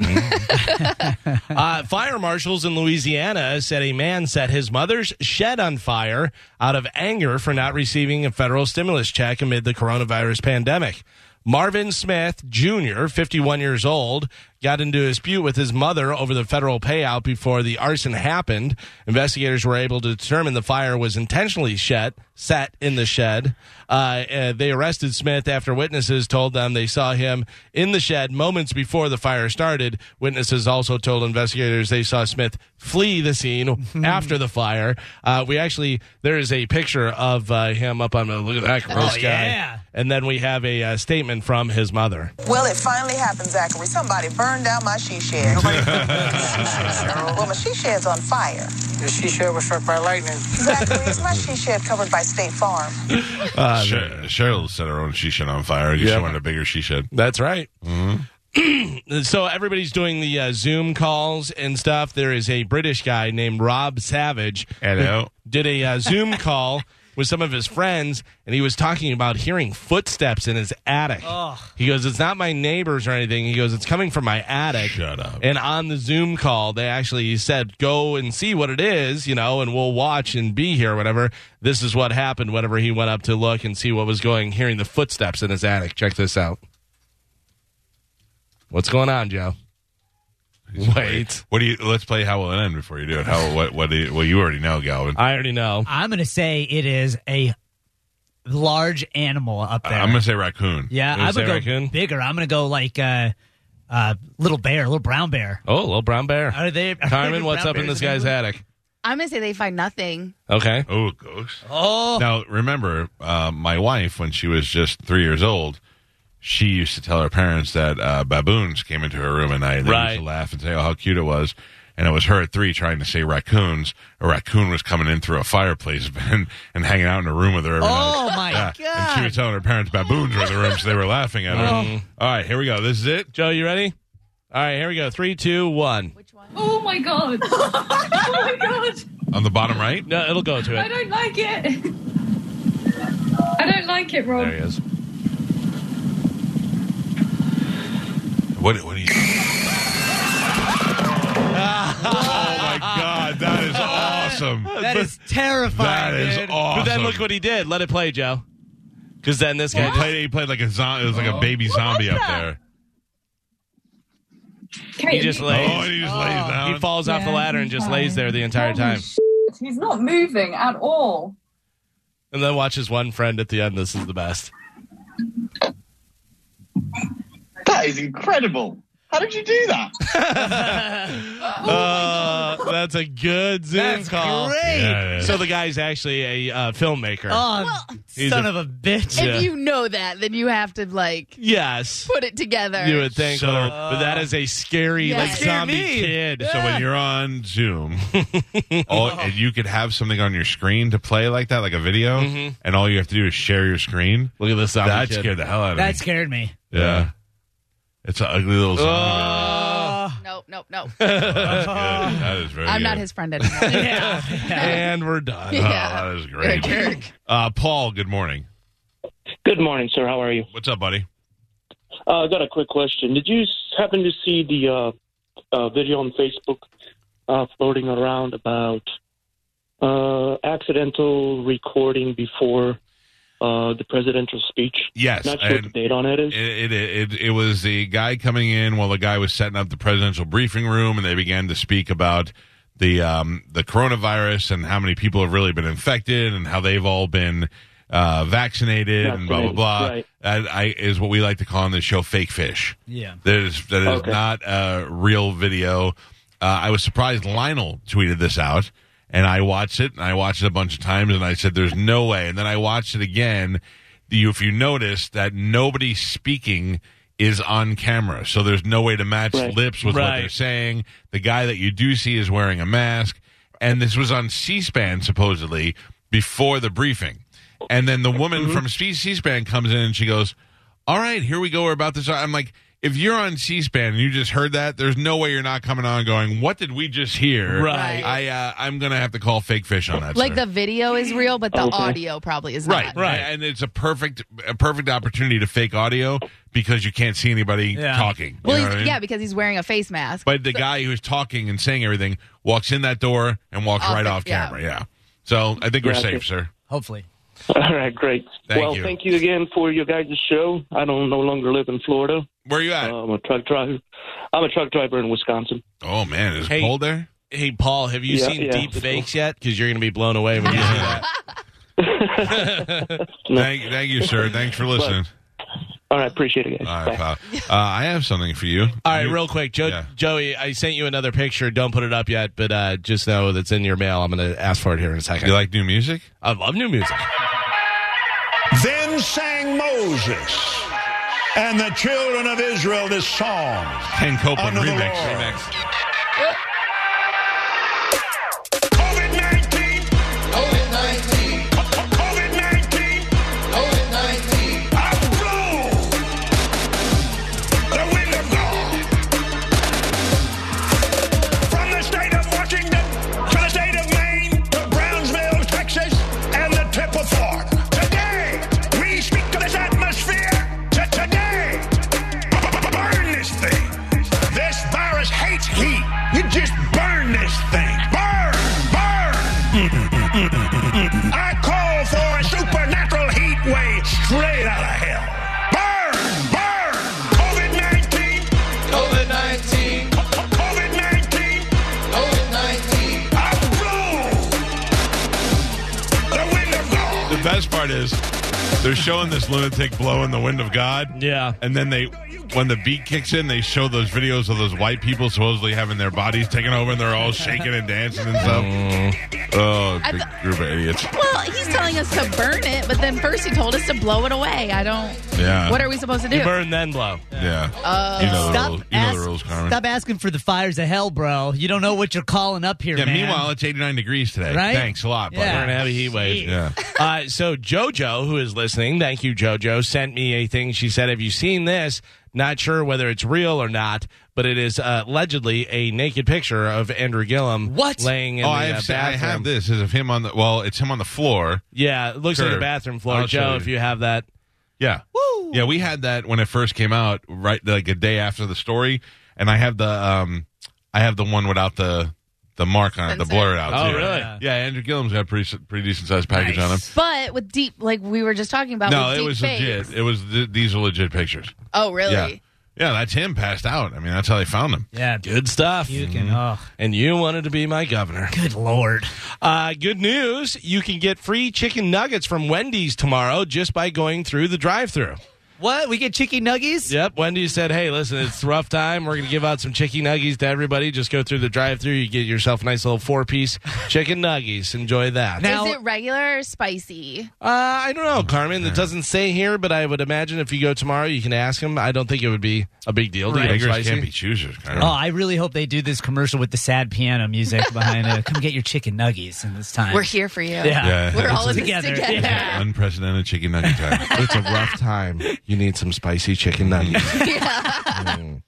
B: Uh, fire marshals in Louisiana said a man set his mother's shed on fire out of anger for not receiving a federal stimulus check amid the coronavirus pandemic. Marvin Smith Jr., 51 years old, got into a dispute with his mother over the federal payout before the arson happened. Investigators were able to determine the fire was intentionally shed, set in the shed. Uh, uh, they arrested Smith after witnesses told them they saw him in the shed moments before the fire started. Witnesses also told investigators they saw Smith flee the scene after the fire. Uh, we actually, there is a picture of uh, him up on the look at that gross guy.
G: yeah.
B: And then we have a uh, statement from his mother.
L: Well, it finally happened, Zachary. Somebody burned down my she shed. well, my she shed's on fire.
K: The she shed was struck by lightning.
L: Zachary, is my she shed covered by State Farm?
A: Cher- Cheryl set her own she shed on fire. She
B: Yep.
A: wanted a bigger Mm-hmm. she shed.
B: That's right. so everybody's doing the uh, Zoom calls and stuff. There is a British guy named Rob Savage
A: Hello.
B: did a uh, Zoom call with some of his friends, and he was talking about hearing footsteps in his attic. He goes, "It's not my neighbors or anything." He goes, "It's coming from my attic."
A: Shut up.
B: And on the Zoom call, they actually said, "Go and see what it is," you know, and we'll watch and be here, whatever. This is what happened. Whenever he went up to look and see what was going, hearing the footsteps in his attic. Check this out. What's going on, Joe? Wait,
A: What do you? Let's play. How will it end before you do it? How? What? What? Do you, well, you already know, Galvin.
B: I already know.
G: I'm going to say it is a large animal up there.
A: Uh, I'm gonna say raccoon.
G: yeah,
B: Gonna
G: I
B: say
G: would go
B: raccoon?
G: bigger. I'm going to go like uh, uh, little bear, little brown bear.
B: Oh, little brown bear.
G: Are they? Are
B: Carmen,
G: they
B: what's
G: brown
B: up in
G: bears
B: this guy's
G: England?
B: attic?
E: I'm going to say they find nothing.
B: Okay.
A: Oh, ghost.
G: Oh,
A: Now, remember, uh, my wife, when she was just three years old, she used to tell her parents that uh, baboons came into her room at night. And they
B: Right.
A: used to laugh and say, oh, how cute it was. And it was her at three trying to say raccoons. A raccoon was coming in through a fireplace and, and hanging out in a room with her every night.
G: oh my
A: Yeah. And she
G: god!
A: was telling her parents baboons were in the room, so they were laughing at her. All right, here we go. This is it.
B: Mm-hmm. Joe, you ready? All right, here we go. Three, two, one.
E: Which one?
L: Oh my god. oh my god.
A: On the bottom right.
B: No, it'll go to it.
L: don't like it. I don't like it,
B: There he is.
A: What, what are you. oh, my God. That is awesome. awesome.
G: That is terrifying.
A: That is
G: dude.
A: awesome.
B: But then look what he did. Let it play, Joe. Because then this guy
A: He played. He played like a zombie. It was like a baby zombie up there.
B: he just lays.
A: Oh, and he just lays down.
B: He falls off the ladder and just lays there the entire time.
M: He's not moving at all.
B: And then watches one friend at the end. This is the best.
N: That is incredible. How did you do that?
B: Uh, that's a good Zoom
G: Oh, That's
B: call.
G: great. Yeah, yeah.
B: So the guy's actually a uh, filmmaker.
G: Oh,
B: He's
G: son of a bitch.
E: If
B: Yeah.
E: you know that, then you have to like
B: yes.
E: put it together.
B: You would think,
A: So-
B: other- but that is a scary
E: Yeah.
B: like
E: Scared
B: zombie
G: me.
B: kid.
A: So when you're on Zoom, all, and you could have something on your screen to play like that, like a video, and all you have to do is share your screen.
B: Look at this zombie
A: that
B: kid.
A: scared the hell out of
G: That
A: me.
G: scared me.
A: Yeah, it's an ugly little zombie.
E: Nope, nope, nope.
A: That's good. That is very.
E: I'm not
A: good.
E: his friend anymore.
G: Yeah.
B: and we're done.
A: Oh,
E: yeah.
A: that is great.
E: You're a jerk.
A: Uh, Paul, good morning.
O: Good morning, sir. How are you?
A: What's up, buddy?
O: Uh, I got a quick question. Did you s- happen to see the uh, uh, video on Facebook uh, floating around about uh, accidental recording before uh, the presidential speech?
A: Yes,
O: Not sure what
A: and-
O: the date on it is.
A: It, it, it, it was the guy coming in while the guy was setting up the presidential briefing room, and they began to speak about the um, the coronavirus and how many people have really been infected and how they've all been uh, vaccinated, and blah blah
O: Vaccinated,
A: blah.
O: right.
A: That I, is what we like to call on this show fake fish.
G: Yeah.
A: That is that is
O: Okay.
A: not a real video. Uh, I was surprised Lionel tweeted this out, and I watched it, and I watched it a bunch of times, and I said, "There's no way." And then I watched it again. You, if you notice that nobody speaking is on camera, so there's no way to match
O: Right.
A: lips with what
B: Right.
A: they're saying. The guy that you do see is wearing a mask, and this was on C-SPAN supposedly before the briefing. And then the woman from C- C-SPAN comes in and she goes, "All right, here we go. We're about this." I'm like, if you're on C-SPAN and you just heard that, there's no way you're not coming on going, "What did we just hear?"
B: Right.
A: I uh, I'm gonna have to call fake fish on that.
E: Like
A: sir.
E: the video is real, but the
O: Okay.
E: audio probably is
A: Right,
E: not.
A: right, and it's a perfect, a perfect opportunity to fake audio because you can't see anybody
G: Yeah.
A: talking. You
E: Well,
A: know
E: he's,
A: what I mean?
E: yeah, because he's wearing a face mask.
A: But the guy who's talking and saying everything walks in that door and walks
E: Off
A: right
E: the-
A: off
E: yeah.
A: camera. Yeah. So I think we're
O: Gotcha.
A: safe, sir.
G: Hopefully.
O: All right, great.
A: Thank
O: well,
A: you.
O: thank you again for your guys' show. I don't no longer live in Florida.
A: Where are you at?
O: Uh, I'm a truck driver. I'm a truck driver in Wisconsin.
A: oh man, is
B: Hey.
A: it cold there?
B: Hey, Paul, have you
O: Yeah,
B: seen
O: yeah.
B: deep fakes yet? Because you're going to be blown away when you see that.
A: Thank, thank you, sir. Thanks for listening.
O: All right, appreciate it, guys.
A: All
O: Bye.
A: right, pal. Uh, I have something for you.
B: All right,
A: You-
B: real quick, jo-
A: Yeah.
B: Joey, I sent you another picture. Don't put it up yet, but uh, just know that's in your mail. I'm going to ask for it here in a second.
A: You like new music?
B: I love new music.
C: Then sang Moses and the children of Israel this song.
A: Ken Copeland
C: Under the
A: remix.
C: Lord.
A: remix.
C: COVID 19! COVID 19! COVID 19! COVID 19! Outgo! The wind of God! From the state of Washington to the state of Maine to Brownsville, Texas, and the tip of Florida. Today, we speak to this atmosphere. To today, burn this thing. This virus hates heat. You just burn this thing. Burn, burn. I call for a supernatural heat wave straight out of hell. Burn, burn. COVID 19. COVID 19. COVID 19. COVID 19. Outlaw. The wind of God.
A: The best part is they're showing this lunatic blow in the wind of God.
B: Yeah.
A: And then they, when the beat kicks in, they show those videos of those white people supposedly having their bodies taken over and they're all shaking and dancing and stuff. Oh,
E: I
A: big
E: th-
A: group of idiots.
E: Well, he's telling us to burn it, but then first he told us to blow it away. I don't.
A: Yeah.
E: What are we supposed to do?
B: You burn, then blow.
A: Yeah.
E: Uh,
A: you know the
G: Stop,
A: rules. You know
G: ask-
A: the rules, Carmen.
G: stop asking for the fires of hell, bro. You don't know what you're calling up here,
A: Yeah.
G: man.
A: Meanwhile, it's 89 degrees today.
G: Right?
A: Thanks a lot, buddy.
G: Yeah.
B: We're going to have a heat wave.
A: Yeah.
B: Uh, so JoJo, who is listening, thank you, JoJo, sent me a thing. She said, "Have you seen this? Not sure whether it's real or not, but it is uh, allegedly a naked picture of Andrew Gillum
G: What?
B: laying in
A: Oh,
B: the
A: I
B: uh,
A: have, se-
B: bathroom.
A: I have this is of him on the well, it's him on the floor.
B: Yeah, it looks like
A: Curve.
B: a bathroom floor,
A: I'll show
B: Joe.
A: you.
B: If you have that,
A: Yeah.
G: Woo.
A: Yeah, we had that when it first came out, right like a day after the story, and I have the um I have the one without the the mark on it, the blur out.
B: Oh,
A: too.
B: really?
A: Yeah. Andrew Gillum's got a pretty s- pretty decent sized package on him.
E: But with deep, like we were just talking about.
A: No,
E: with
A: it
E: deep
A: was
E: fakes.
A: legit. It was th- these are legit pictures.
E: Oh, really?
A: Yeah. Yeah, that's him passed out. I mean, that's how they found him.
G: Yeah.
B: Good stuff. You
A: Mm-hmm.
G: can, oh.
B: And you wanted to be my governor.
G: Good lord.
B: Uh, good news. You can get free chicken nuggets from Wendy's tomorrow just by going through the drive thru.
G: What? We get chicky nuggies?
B: Yep. Wendy said, hey, listen, it's rough time. We're going to give out some chicken nuggies to everybody. Just go through the drive thru. You get yourself a nice little four piece chicken nuggies. Enjoy that.
E: is it regular or spicy?
B: Uh, I don't know, Carmen. It doesn't say here, but I would imagine if you go tomorrow, you can ask him. I don't think it would be a big deal. To get them
A: Beggars
B: spicy. Uh,
A: can't be choosers. Kind
G: Oh, I really hope they do this commercial with the sad piano music behind it. Come get your chicken nuggies in this time.
E: We're here for you.
G: Yeah.
A: Yeah.
E: We're all in this
G: Together.
E: together.
A: of unprecedented chicken nugget time.
B: it's a rough time. You need some spicy chicken nuggets. Mm.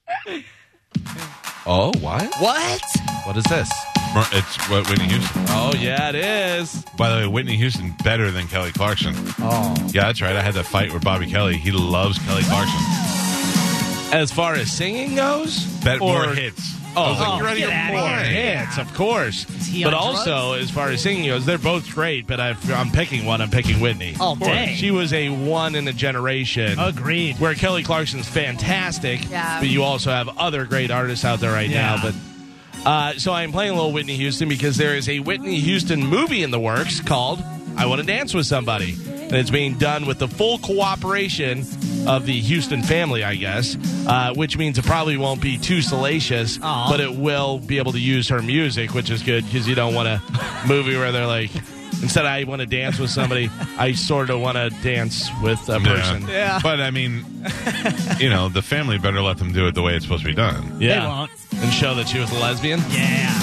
B: Oh, what?
G: What?
B: What is this?
A: Mer- It's what Whitney Houston.
B: Oh, yeah, it is.
A: By the way, Whitney Houston better than Kelly Clarkson.
B: Oh.
A: Yeah, that's right. I had that fight with Bobby Kelly. He loves Kelly Clarkson.
B: As far as singing goes,
A: Bet
B: or-
A: more hits.
B: Oh,
A: I was like,
G: Oh,
A: you're out of
G: get
A: your
G: outta
A: mind.
G: here.
B: hits, of course.
G: he
B: But
G: on
B: also, as far as singing goes, they're both great. But i I'm picking one. I'm picking Whitney.
G: All
B: Of course.
G: day.
B: She was a one in a generation.
G: Agreed.
B: Where Kelly Clarkson's fantastic,
E: Yeah.
B: but you also have other great artists out there right
G: Yeah.
B: now. But uh, so I'm playing a little Whitney Houston because there is a Whitney Houston movie in the works called "I Want to Dance with Somebody," and it's being done with the full cooperation of the Houston family, I guess, uh, which means it probably won't be too salacious,
G: Aw.
B: but it will be able to use her music, which is good because you don't want a movie where they're like. Instead, I want to dance with somebody. I sort of want to dance with a
A: Yeah.
B: person.
G: Yeah.
A: But I mean, you know, the family better let them do it the way it's supposed to be done.
G: They won't.
B: And show that she was a lesbian,
G: Yeah.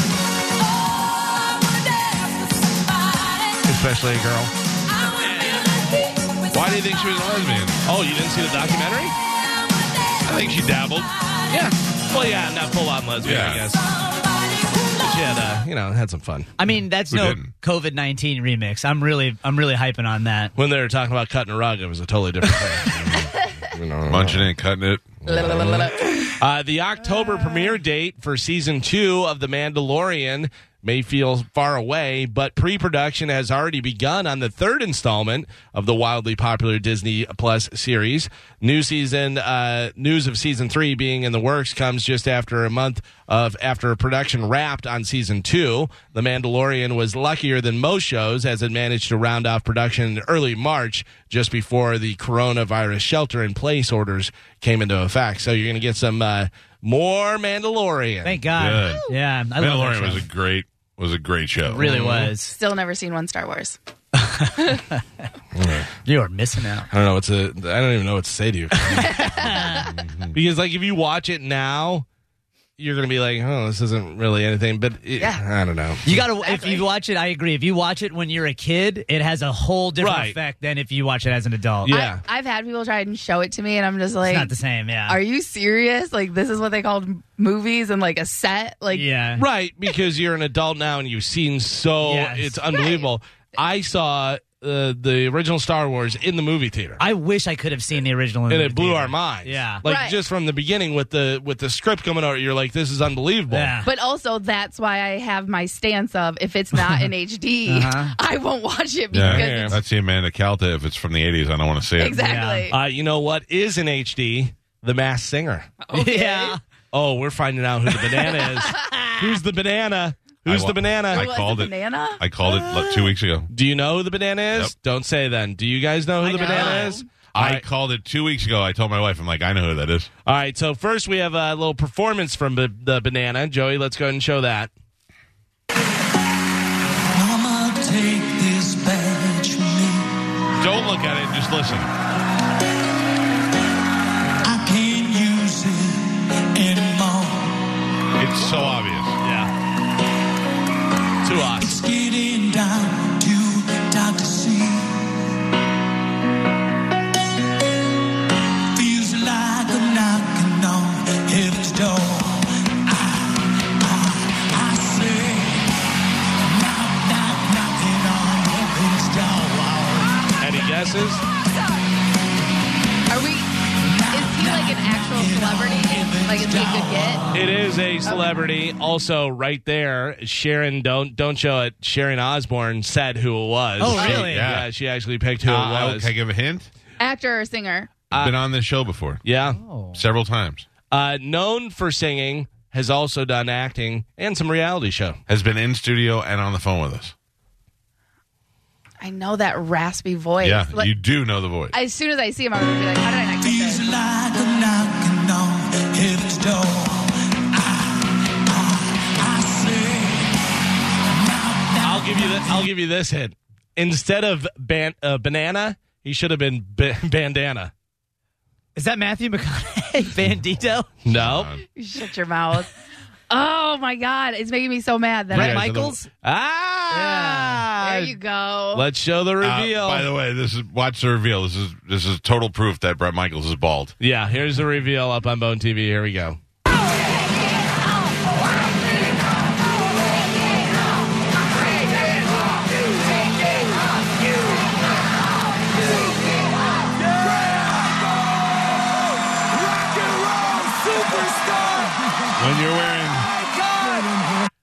B: especially a girl.
A: Why do you think she was a lesbian?
B: Oh, you didn't see the documentary?
A: I think she dabbled.
B: Yeah. Well, yeah, not full on lesbian,
A: Yeah.
B: I guess. But she had, uh, you know, had some fun.
G: I mean, that's
A: Who
G: no
A: didn't?
G: COVID nineteen remix. I'm really, I'm really hyping on that.
B: When they were talking about cutting a rug, it was a totally different thing.
A: Munching it, cutting it.
B: Uh, the October premiere date for season two of The Mandalorian may feel far away, but pre production has already begun on the third installment of the wildly popular Disney Plus series. New season, uh, news of season three being in the works comes just after a month of after production wrapped on season two. The Mandalorian was luckier than most shows as it managed to round off production in early March, just before the coronavirus shelter in place orders came into effect. So you're going to get some uh, more Mandalorian.
G: Thank God.
A: Good.
G: Yeah, I love
A: Mandalorian
G: that
A: was
G: show.
A: a great was a great show.
G: really was.
E: Still never seen one Star Wars.
A: Mm-hmm.
G: You are missing out.
B: I don't know what to. I don't even know what to say to you. because like if you watch it now, you're going to be like, oh, this isn't really anything. But it,
E: Yeah.
B: I don't know.
G: You gotta
E: Exactly.
G: if you watch it. I agree. If you watch it when you're a kid, it has a whole different
B: Right.
G: effect than if you watch it as an adult.
B: Yeah.
E: I, I've had people try and show it to me, and I'm just like,
G: It's not the same. Yeah.
E: Are you serious? Like this is what they called m- movies and like a set. Like
G: yeah.
B: Right, because you're an adult now and you've seen so
G: Yes.
B: it's unbelievable. I saw uh, the original Star Wars in the movie theater.
G: I wish I could have seen the original. in
B: and
G: the
B: it blew
G: theater.
B: our minds.
G: Yeah.
B: like
E: Right.
B: just from the beginning with the with the script coming out, you're like, "This is unbelievable."
G: Yeah.
E: But also that's why I have my stance of if it's not in HD,
G: Uh-huh.
E: I won't watch it
A: Yeah.
E: because it's
A: That's the Amanda Calta. If it's from the eighties, I don't want to see it.
E: exactly.
B: Uh, you know what is in HD? The Mass Singer.
G: Yeah.
B: Oh, we're finding out who the banana is. Who's the banana? Who's
A: I wa-
B: the banana?
A: I
E: Was
A: called
E: it
A: it.
E: banana?
A: I called it like, two weeks ago.
B: Do you know who the banana is?
A: Nope.
B: Don't say then. Do you guys know who the
E: know.
B: banana is?
A: I
B: Alright.
A: called it two weeks ago. I told my wife, I'm like, I know who that is.
B: All right, so first we have a little performance from the, the banana. Joey, let's go ahead and show that.
C: Mama, take this badge from me.
A: Don't look at it. Just listen.
C: I can't use it anymore.
A: It's so obvious.
B: Yeah. Too awesome.
C: It's getting down to Dr. C. Feels like I'm knocking on heaven's door. I, I, I say, knock, knock, knocking on heaven's door.
B: Any guesses?
E: Like if we could get.
B: It is a celebrity. Also, right there, Sharon. Don't don't show it. Sharon Osbourne said who it was.
G: Oh,
B: She-
G: really?
B: yeah. she actually picked who
A: Uh,
B: it
A: I-
B: was.
A: can I give a hint?
E: Actor or singer?
A: Been on this show before,
B: Yeah.
G: Oh.
A: several times.
B: Uh, known for singing, has also done acting and some reality show.
A: Has been in studio and on the phone with us.
E: I know that raspy voice.
A: yeah,
E: Like,
A: you do know the voice.
E: as soon as I see him, I'm gonna be like, how did I not get this?
B: I'll give you. The, I'll give you this hint. Instead of ban- uh, banana, he should have been ba- bandana.
G: Is that Matthew McConaughey? Bandito?
B: No.
E: You Shut your mouth. Oh my God, it's making me so mad that
B: Brett
E: I-
B: Michaels? Ah.
E: There you go.
B: Let's show the
A: Uh,
B: reveal.
A: by the way, this is watch the reveal. This is this is total proof that Brett Michaels is bald.
B: yeah. Here's the reveal up on Bone TV. Here we go.
A: When you're wearing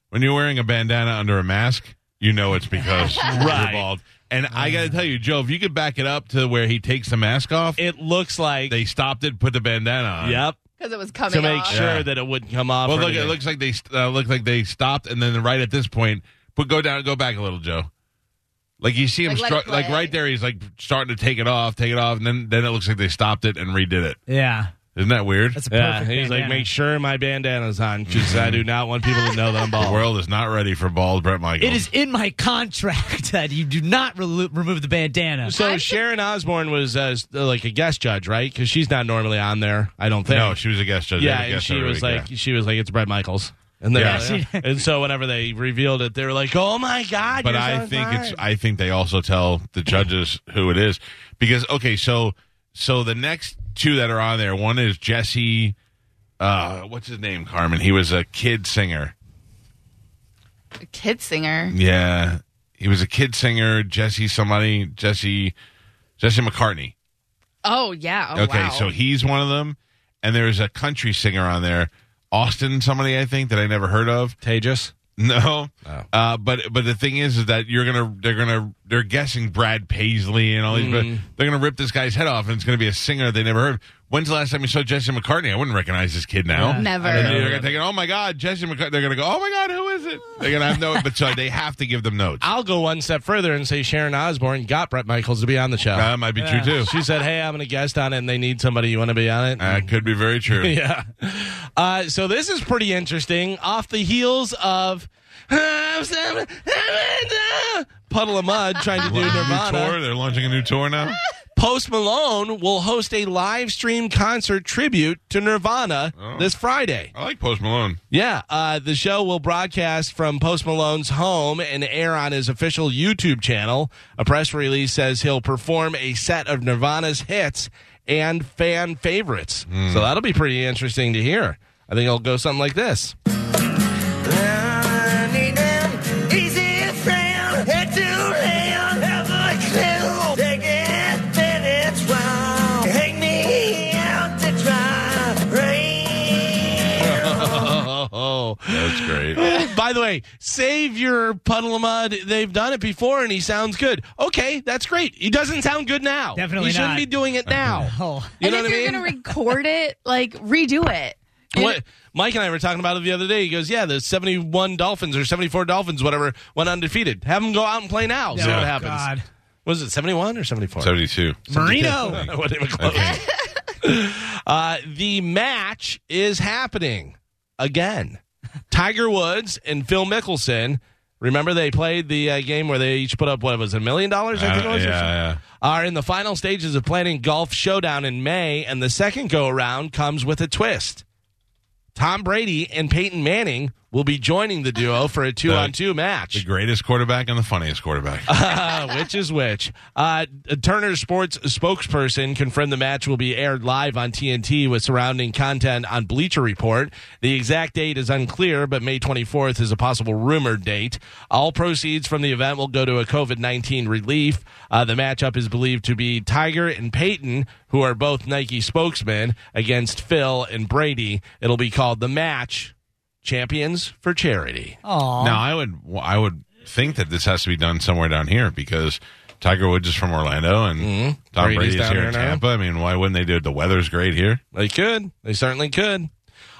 A: when you're wearing a bandana under a mask, you know it's because
B: Right.
A: you're bald. And I got to tell you, Joe, if you could back it up to where he takes the mask off,
B: It looks like.
A: they stopped it, put the bandana on.
B: yep.
E: because it was coming
B: To make
E: off.
B: sure
A: Yeah.
B: that it wouldn't come off.
A: Well,
B: or
A: look, it
B: anything.
A: looks like they uh, look like they stopped, and then right at this point, but go down, go back a little, Joe. Like you see him,
E: Like, let
A: stru-
E: it play.
A: like right there, he's like starting to take it off, take it off, and then then it looks like they stopped it and redid it.
G: Yeah.
A: Isn't that weird?
G: That's a
B: Yeah,
G: perfect
B: he's like,
G: bandana.
B: make sure my bandana's on because I do not want people to know that I'm
A: the
B: bald.
A: world is not ready for bald Brett Michaels.
G: It is in my contract that you do not relu- remove the bandana.
B: So
E: I-
B: Sharon Osbourne was uh, s- uh, like a guest judge, right? Because she's not normally on there, I don't think.
A: No, she was a guest judge. They
B: yeah,
A: had a
B: and
A: guest
B: she
A: every
B: was
A: week,
B: like,
A: yeah.
B: she was like, it's Brett Michaels, and they,
A: Yeah.
G: She-
B: and so whenever they revealed it, they were like, oh my god!
A: but
B: you're so
A: I think it's
B: fine.
A: I think they also tell the judges who it is because okay, so so the next two that are on there, one is Jesse, uh, what's his name, Carmen? He was a kid singer.
E: A kid singer.
A: Yeah, he was a kid singer. Jesse, somebody, Jesse, Jesse McCartney.
E: Oh yeah. Oh,
A: okay,
E: wow.
A: so he's one of them, and there's a country singer on there, Austin, somebody I think that I never heard of.
B: contagious.
A: No. Uh, but but the thing is, is that you're gonna they're gonna they're guessing Brad Paisley and all these,
E: Mm.
A: but they're gonna rip this guy's head off, and it's gonna be a singer they never heard. When's the last time you saw Jesse McCartney? I wouldn't recognize this kid now.
G: Yeah.
E: Never.
A: And They're gonna take it. Oh my God, Jesse McCartney. They're gonna go. Oh my God, who is it? They're gonna have no. But so they have to give them notes.
B: I'll go one step further and say Sharon Osbourne got Brett Michaels to be on the show.
A: That might be true too.
B: she said, "Hey, I'm a guest on it, and they need somebody. You want to be on it?"
A: That could be very true.
B: yeah. Uh, so this is pretty interesting. Off the heels of Puddle of Mud trying to do
A: Launching a new tour.
B: Nirvana,
A: They're launching a new tour now.
B: Post Malone will host a live stream concert tribute to Nirvana this Friday.
A: Oh. I like Post Malone.
B: Yeah, uh, the show will broadcast from Post Malone's home and air on his official YouTube channel. A press release says he'll perform a set of Nirvana's hits and fan favorites. So that'll be pretty interesting to hear. I think it'll go something like this. Oh,
A: That's great.
B: by the way, save your puddle of mud. They've done it before, and he sounds good. Okay, that's great. He doesn't sound good now.
G: Definitely
B: he shouldn't
G: not.
B: be doing it now.
G: Oh.
B: You
E: and
B: know
E: if
B: what I
E: you're
B: mean?
E: gonna record it, like redo it.
B: What Mike and I were talking about it the other day. He goes, "Yeah, the seventy-one Dolphins or seventy-four Dolphins, whatever, went undefeated. Have them go out and play now. See
A: Yeah.
B: what happens.
G: God.
B: Was it seventy-one or seventy-four?
A: Seventy-two.
G: Marino.
B: It wasn't even close.
A: Okay.
B: Uh, the match is happening again. Tiger Woods and Phil Mickelson. Remember they played the uh, game where they each put up what was it, a million dollars? I think it
A: Uh,
B: was. or
A: yeah,
B: something?
A: yeah.
B: Are in the final stages of planning golf showdown in May, and the second go around comes with a twist. Tom Brady and Peyton Manning will be joining the duo for a two on two match.
A: The greatest quarterback and the funniest quarterback.
B: Uh, which is which? Uh, Turner Sports spokesperson confirmed the match will be aired live on TNT with surrounding content on Bleacher Report. The exact date is unclear, but May 24th is a possible rumored date. All proceeds from the event will go to a COVID 19 relief. Uh, the matchup is believed to be Tiger and Peyton, who are both Nike spokesmen, against Phil and Brady. It'll be called the match. Champions for charity.
G: Aw.
A: Now I would I would think that this has to be done somewhere down here because Tiger Woods is from Orlando and Tom
B: Mm-hmm. Brady's
A: Brady's
B: down
A: here
B: here
A: in
B: now.
A: Tampa. I mean, why wouldn't they do it? The weather's great here.
B: They could. They certainly could.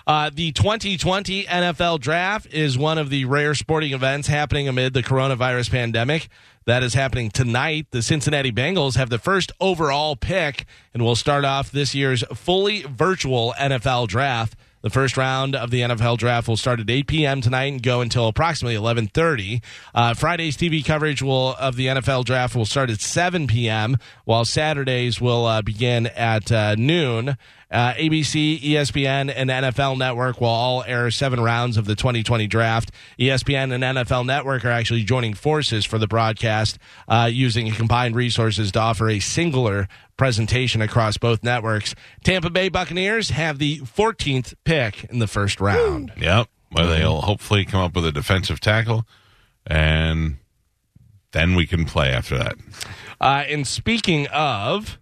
B: Uh, the 2020 NFL Draft is one of the rare sporting events happening amid the coronavirus pandemic. That is happening tonight. The Cincinnati Bengals have the first overall pick and will start off this year's fully virtual NFL Draft. The first round of the NFL draft will start at 8 p.m. tonight and go until approximately 11:30. Uh, Friday's TV coverage will of the NFL draft will start at 7 p.m. while Saturdays will uh, begin at uh, noon. Uh, ABC, ESPN, and NFL Network will all air seven rounds of the 2020 draft. E ESPN and NFL Network are actually joining forces for the broadcast, uh, using combined resources to offer a singular presentation across both networks. Tampa Bay Buccaneers have the 14th pick in the first round.
A: Yep. Well,
B: Mm-hmm.
A: they'll hopefully come up with a defensive tackle, and then we can play after that.
B: Uh, and speaking of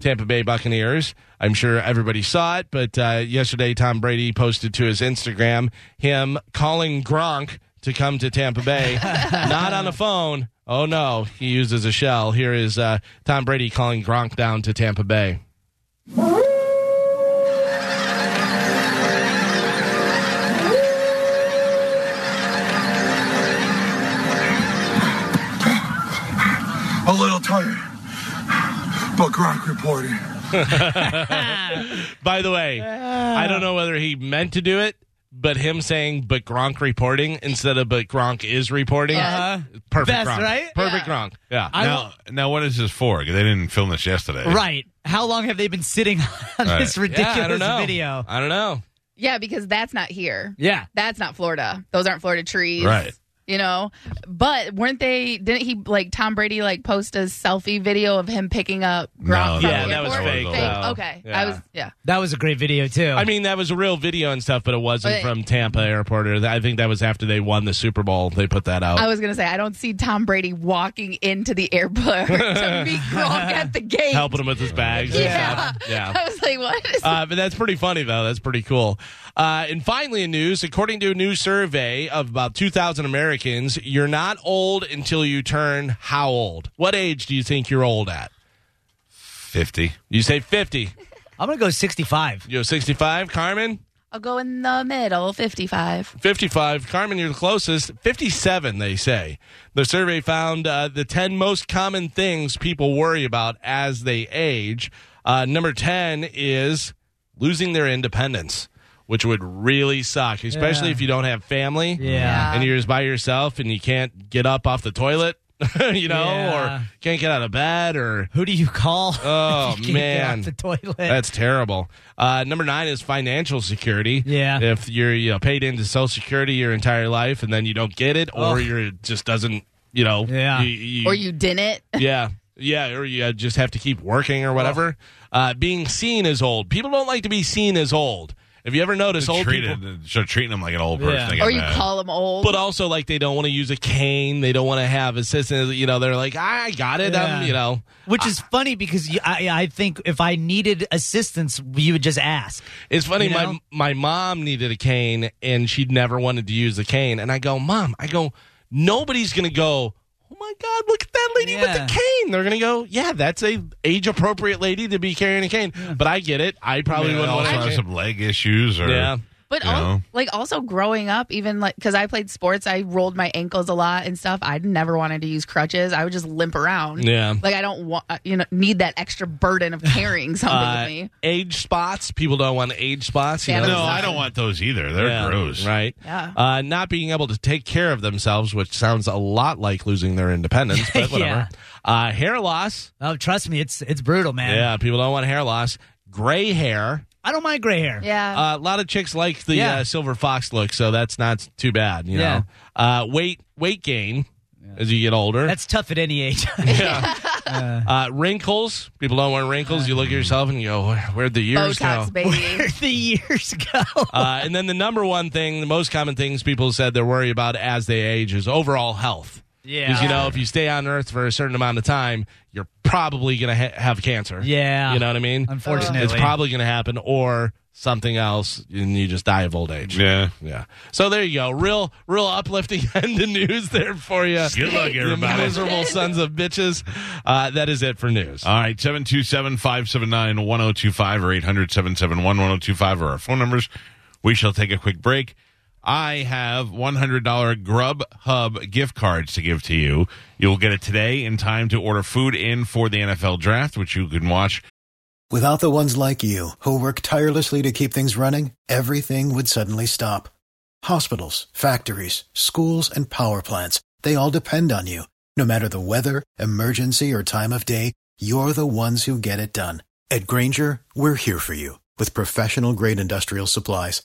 B: Tampa Bay Buccaneers, I'm sure everybody saw it, but uh, yesterday Tom Brady posted to his Instagram him calling Gronk to come to Tampa Bay, not on a phone. Oh no, he uses a shell. Here is uh, Tom Brady calling Gronk down to Tampa Bay.
P: A little tired, but Gronk reported.
B: By the way, I don't know whether he meant to do it, but him saying "but Gronk reporting" instead of "but Gronk is reporting,"
G: Uh-huh.
B: perfect
G: Best,
B: Gronk,
G: right?
B: Perfect Gronk. Yeah.
G: I
A: now, now what is this for? 'Cause They didn't film this yesterday.
G: Right. How long have they been sitting on
A: Right.
G: this
A: Yeah, I
G: ridiculous
B: I don't know.
G: video?
B: I don't know.
E: Yeah, because that's not here.
G: Yeah.
E: That's not Florida. Those aren't Florida trees.
A: Right.
E: You know, but weren't they? Didn't he like Tom Brady like post a selfie video of him picking up Gronk?
A: No,
E: from
A: Yeah,
E: the
A: that was
E: airport?
A: fake,
B: though.
E: Okay,
B: Yeah.
E: I was yeah.
G: That was a great video too.
B: I mean, that was a real video and stuff, but it wasn't
E: But-
B: from Tampa Airport. Or I think that was after they won the Super Bowl. They put that out.
E: I was gonna say I don't see Tom Brady walking into the airport to meet Gronk at the gate.
B: Helping him with his bags. and
E: Yeah.
B: stuff. yeah.
E: I was like, what is
B: Uh, but that's pretty funny, though. That's pretty cool. Uh, and finally, in news, according to a new survey of about 2,000 Americans, you're not old until you turn how old? What age do you think you're old at?
A: Fifty.
B: You say 50.
G: I'm gonna go 65.
B: You're 65. Carmen?
E: I'll go in the middle, fifty-five.
B: 55. Carmen, you're the closest. 57, they say. The survey found uh, the 10 most common things people worry about as they age. Uh, number 10 is losing their independence, which would really suck, especially
G: Yeah.
B: if you don't have family
G: Yeah.
B: and you're just by yourself and you can't get up off the toilet, you know,
G: Yeah.
B: or can't get out of bed or.
G: Who do you call?
B: Oh,
G: If you can't get
B: man.
G: off the toilet.
B: That's terrible. Uh, number nine is financial security.
G: Yeah.
B: If you're you know, paid into Social Security your entire life and then you don't get it,
G: Ugh.
B: or you're just doesn't, you know,
G: Yeah.
B: you- you-
E: Or you didn't.
B: yeah, yeah, or you uh, just have to keep working or whatever. Uh, being seen as old. People don't like to be seen as old. Have you ever noticed old people?
A: Treated, so treating him like an old person.
G: Yeah.
A: they get
E: Or you
A: mad.
E: call him old.
B: But also, like they don't want to use a cane. They don't want to have assistance. You know, they're like, I got it.
G: Yeah.
B: I'm, you know,
G: Which is funny because you, I, I think if I needed assistance, you would just ask.
B: It's funny.
G: You
B: My
G: know?
B: my mom needed a cane, and she never wanted to use the cane. And I go, Mom, I go, nobody's gonna go. Oh my God, look at that lady
G: Yeah.
B: with the cane. They're gonna go, Yeah, that's a age appropriate lady to be carrying a cane. But I get it. I
A: I
B: probably
A: mean, they
B: wouldn't
A: also
B: want to.
A: have some leg issues or
B: Yeah.
E: But
A: You
E: al-
A: know?
E: like also growing up, even like because I played sports, I rolled my ankles a lot and stuff. I never wanted to use crutches. I would just limp around.
B: Yeah.
E: like I don't want you know need that extra burden of carrying something with me.
B: Uh, age spots. People don't want age spots. you
E: Yeah,
B: know?
A: No, I don't want those either. They're
B: Yeah,
A: gross.
B: Right.
E: Yeah.
B: Uh, not being able to take care of themselves, which sounds a lot like losing their independence, but whatever. uh, hair loss.
G: Oh, trust me, it's it's brutal, man.
B: Yeah, people don't want hair loss. Gray hair.
G: I don't mind gray hair.
E: Yeah.
B: Uh, a lot of chicks like the
G: Yeah.
B: uh, silver fox look, so that's not too bad. You
G: Yeah.
B: know, uh, weight weight gain as you get older.
G: That's tough at any age.
B: uh, wrinkles. People don't want wrinkles. You look at yourself and you go, "Where- "Where'd the years
E: Botox,
B: go?"
E: baby.
G: the years go.
B: Uh, and then the number one thing, the most common things people said they're worried about as they age is overall health.
G: Yeah.
B: Because you know, if you stay on Earth for a certain amount of time, you're probably gonna ha- have cancer.
G: Yeah.
B: you know what I mean.
G: Unfortunately.
B: it's probably gonna happen, or something else, and you just die of old age.
A: Yeah.
B: Yeah. So there you go. Real, real uplifting end of news there for you.
A: Good luck, everybody.
B: You miserable sons of bitches. Uh, that is it for news.
A: All right, 727 579 1025 or 800 771 1025 are our phone numbers. We shall take a quick break. I have $100 Grubhub gift cards to give to you. You'll get it today in time to order food in for the NFL draft, which you can watch
Q: Without the ones like you, who work tirelessly to keep things running, everything would suddenly stop. Hospitals, factories, schools, and power plants, they all depend on you. No matter the weather, emergency, or time of day, you're the ones who get it done. At Granger, we're here for you with professional grade industrial supplies.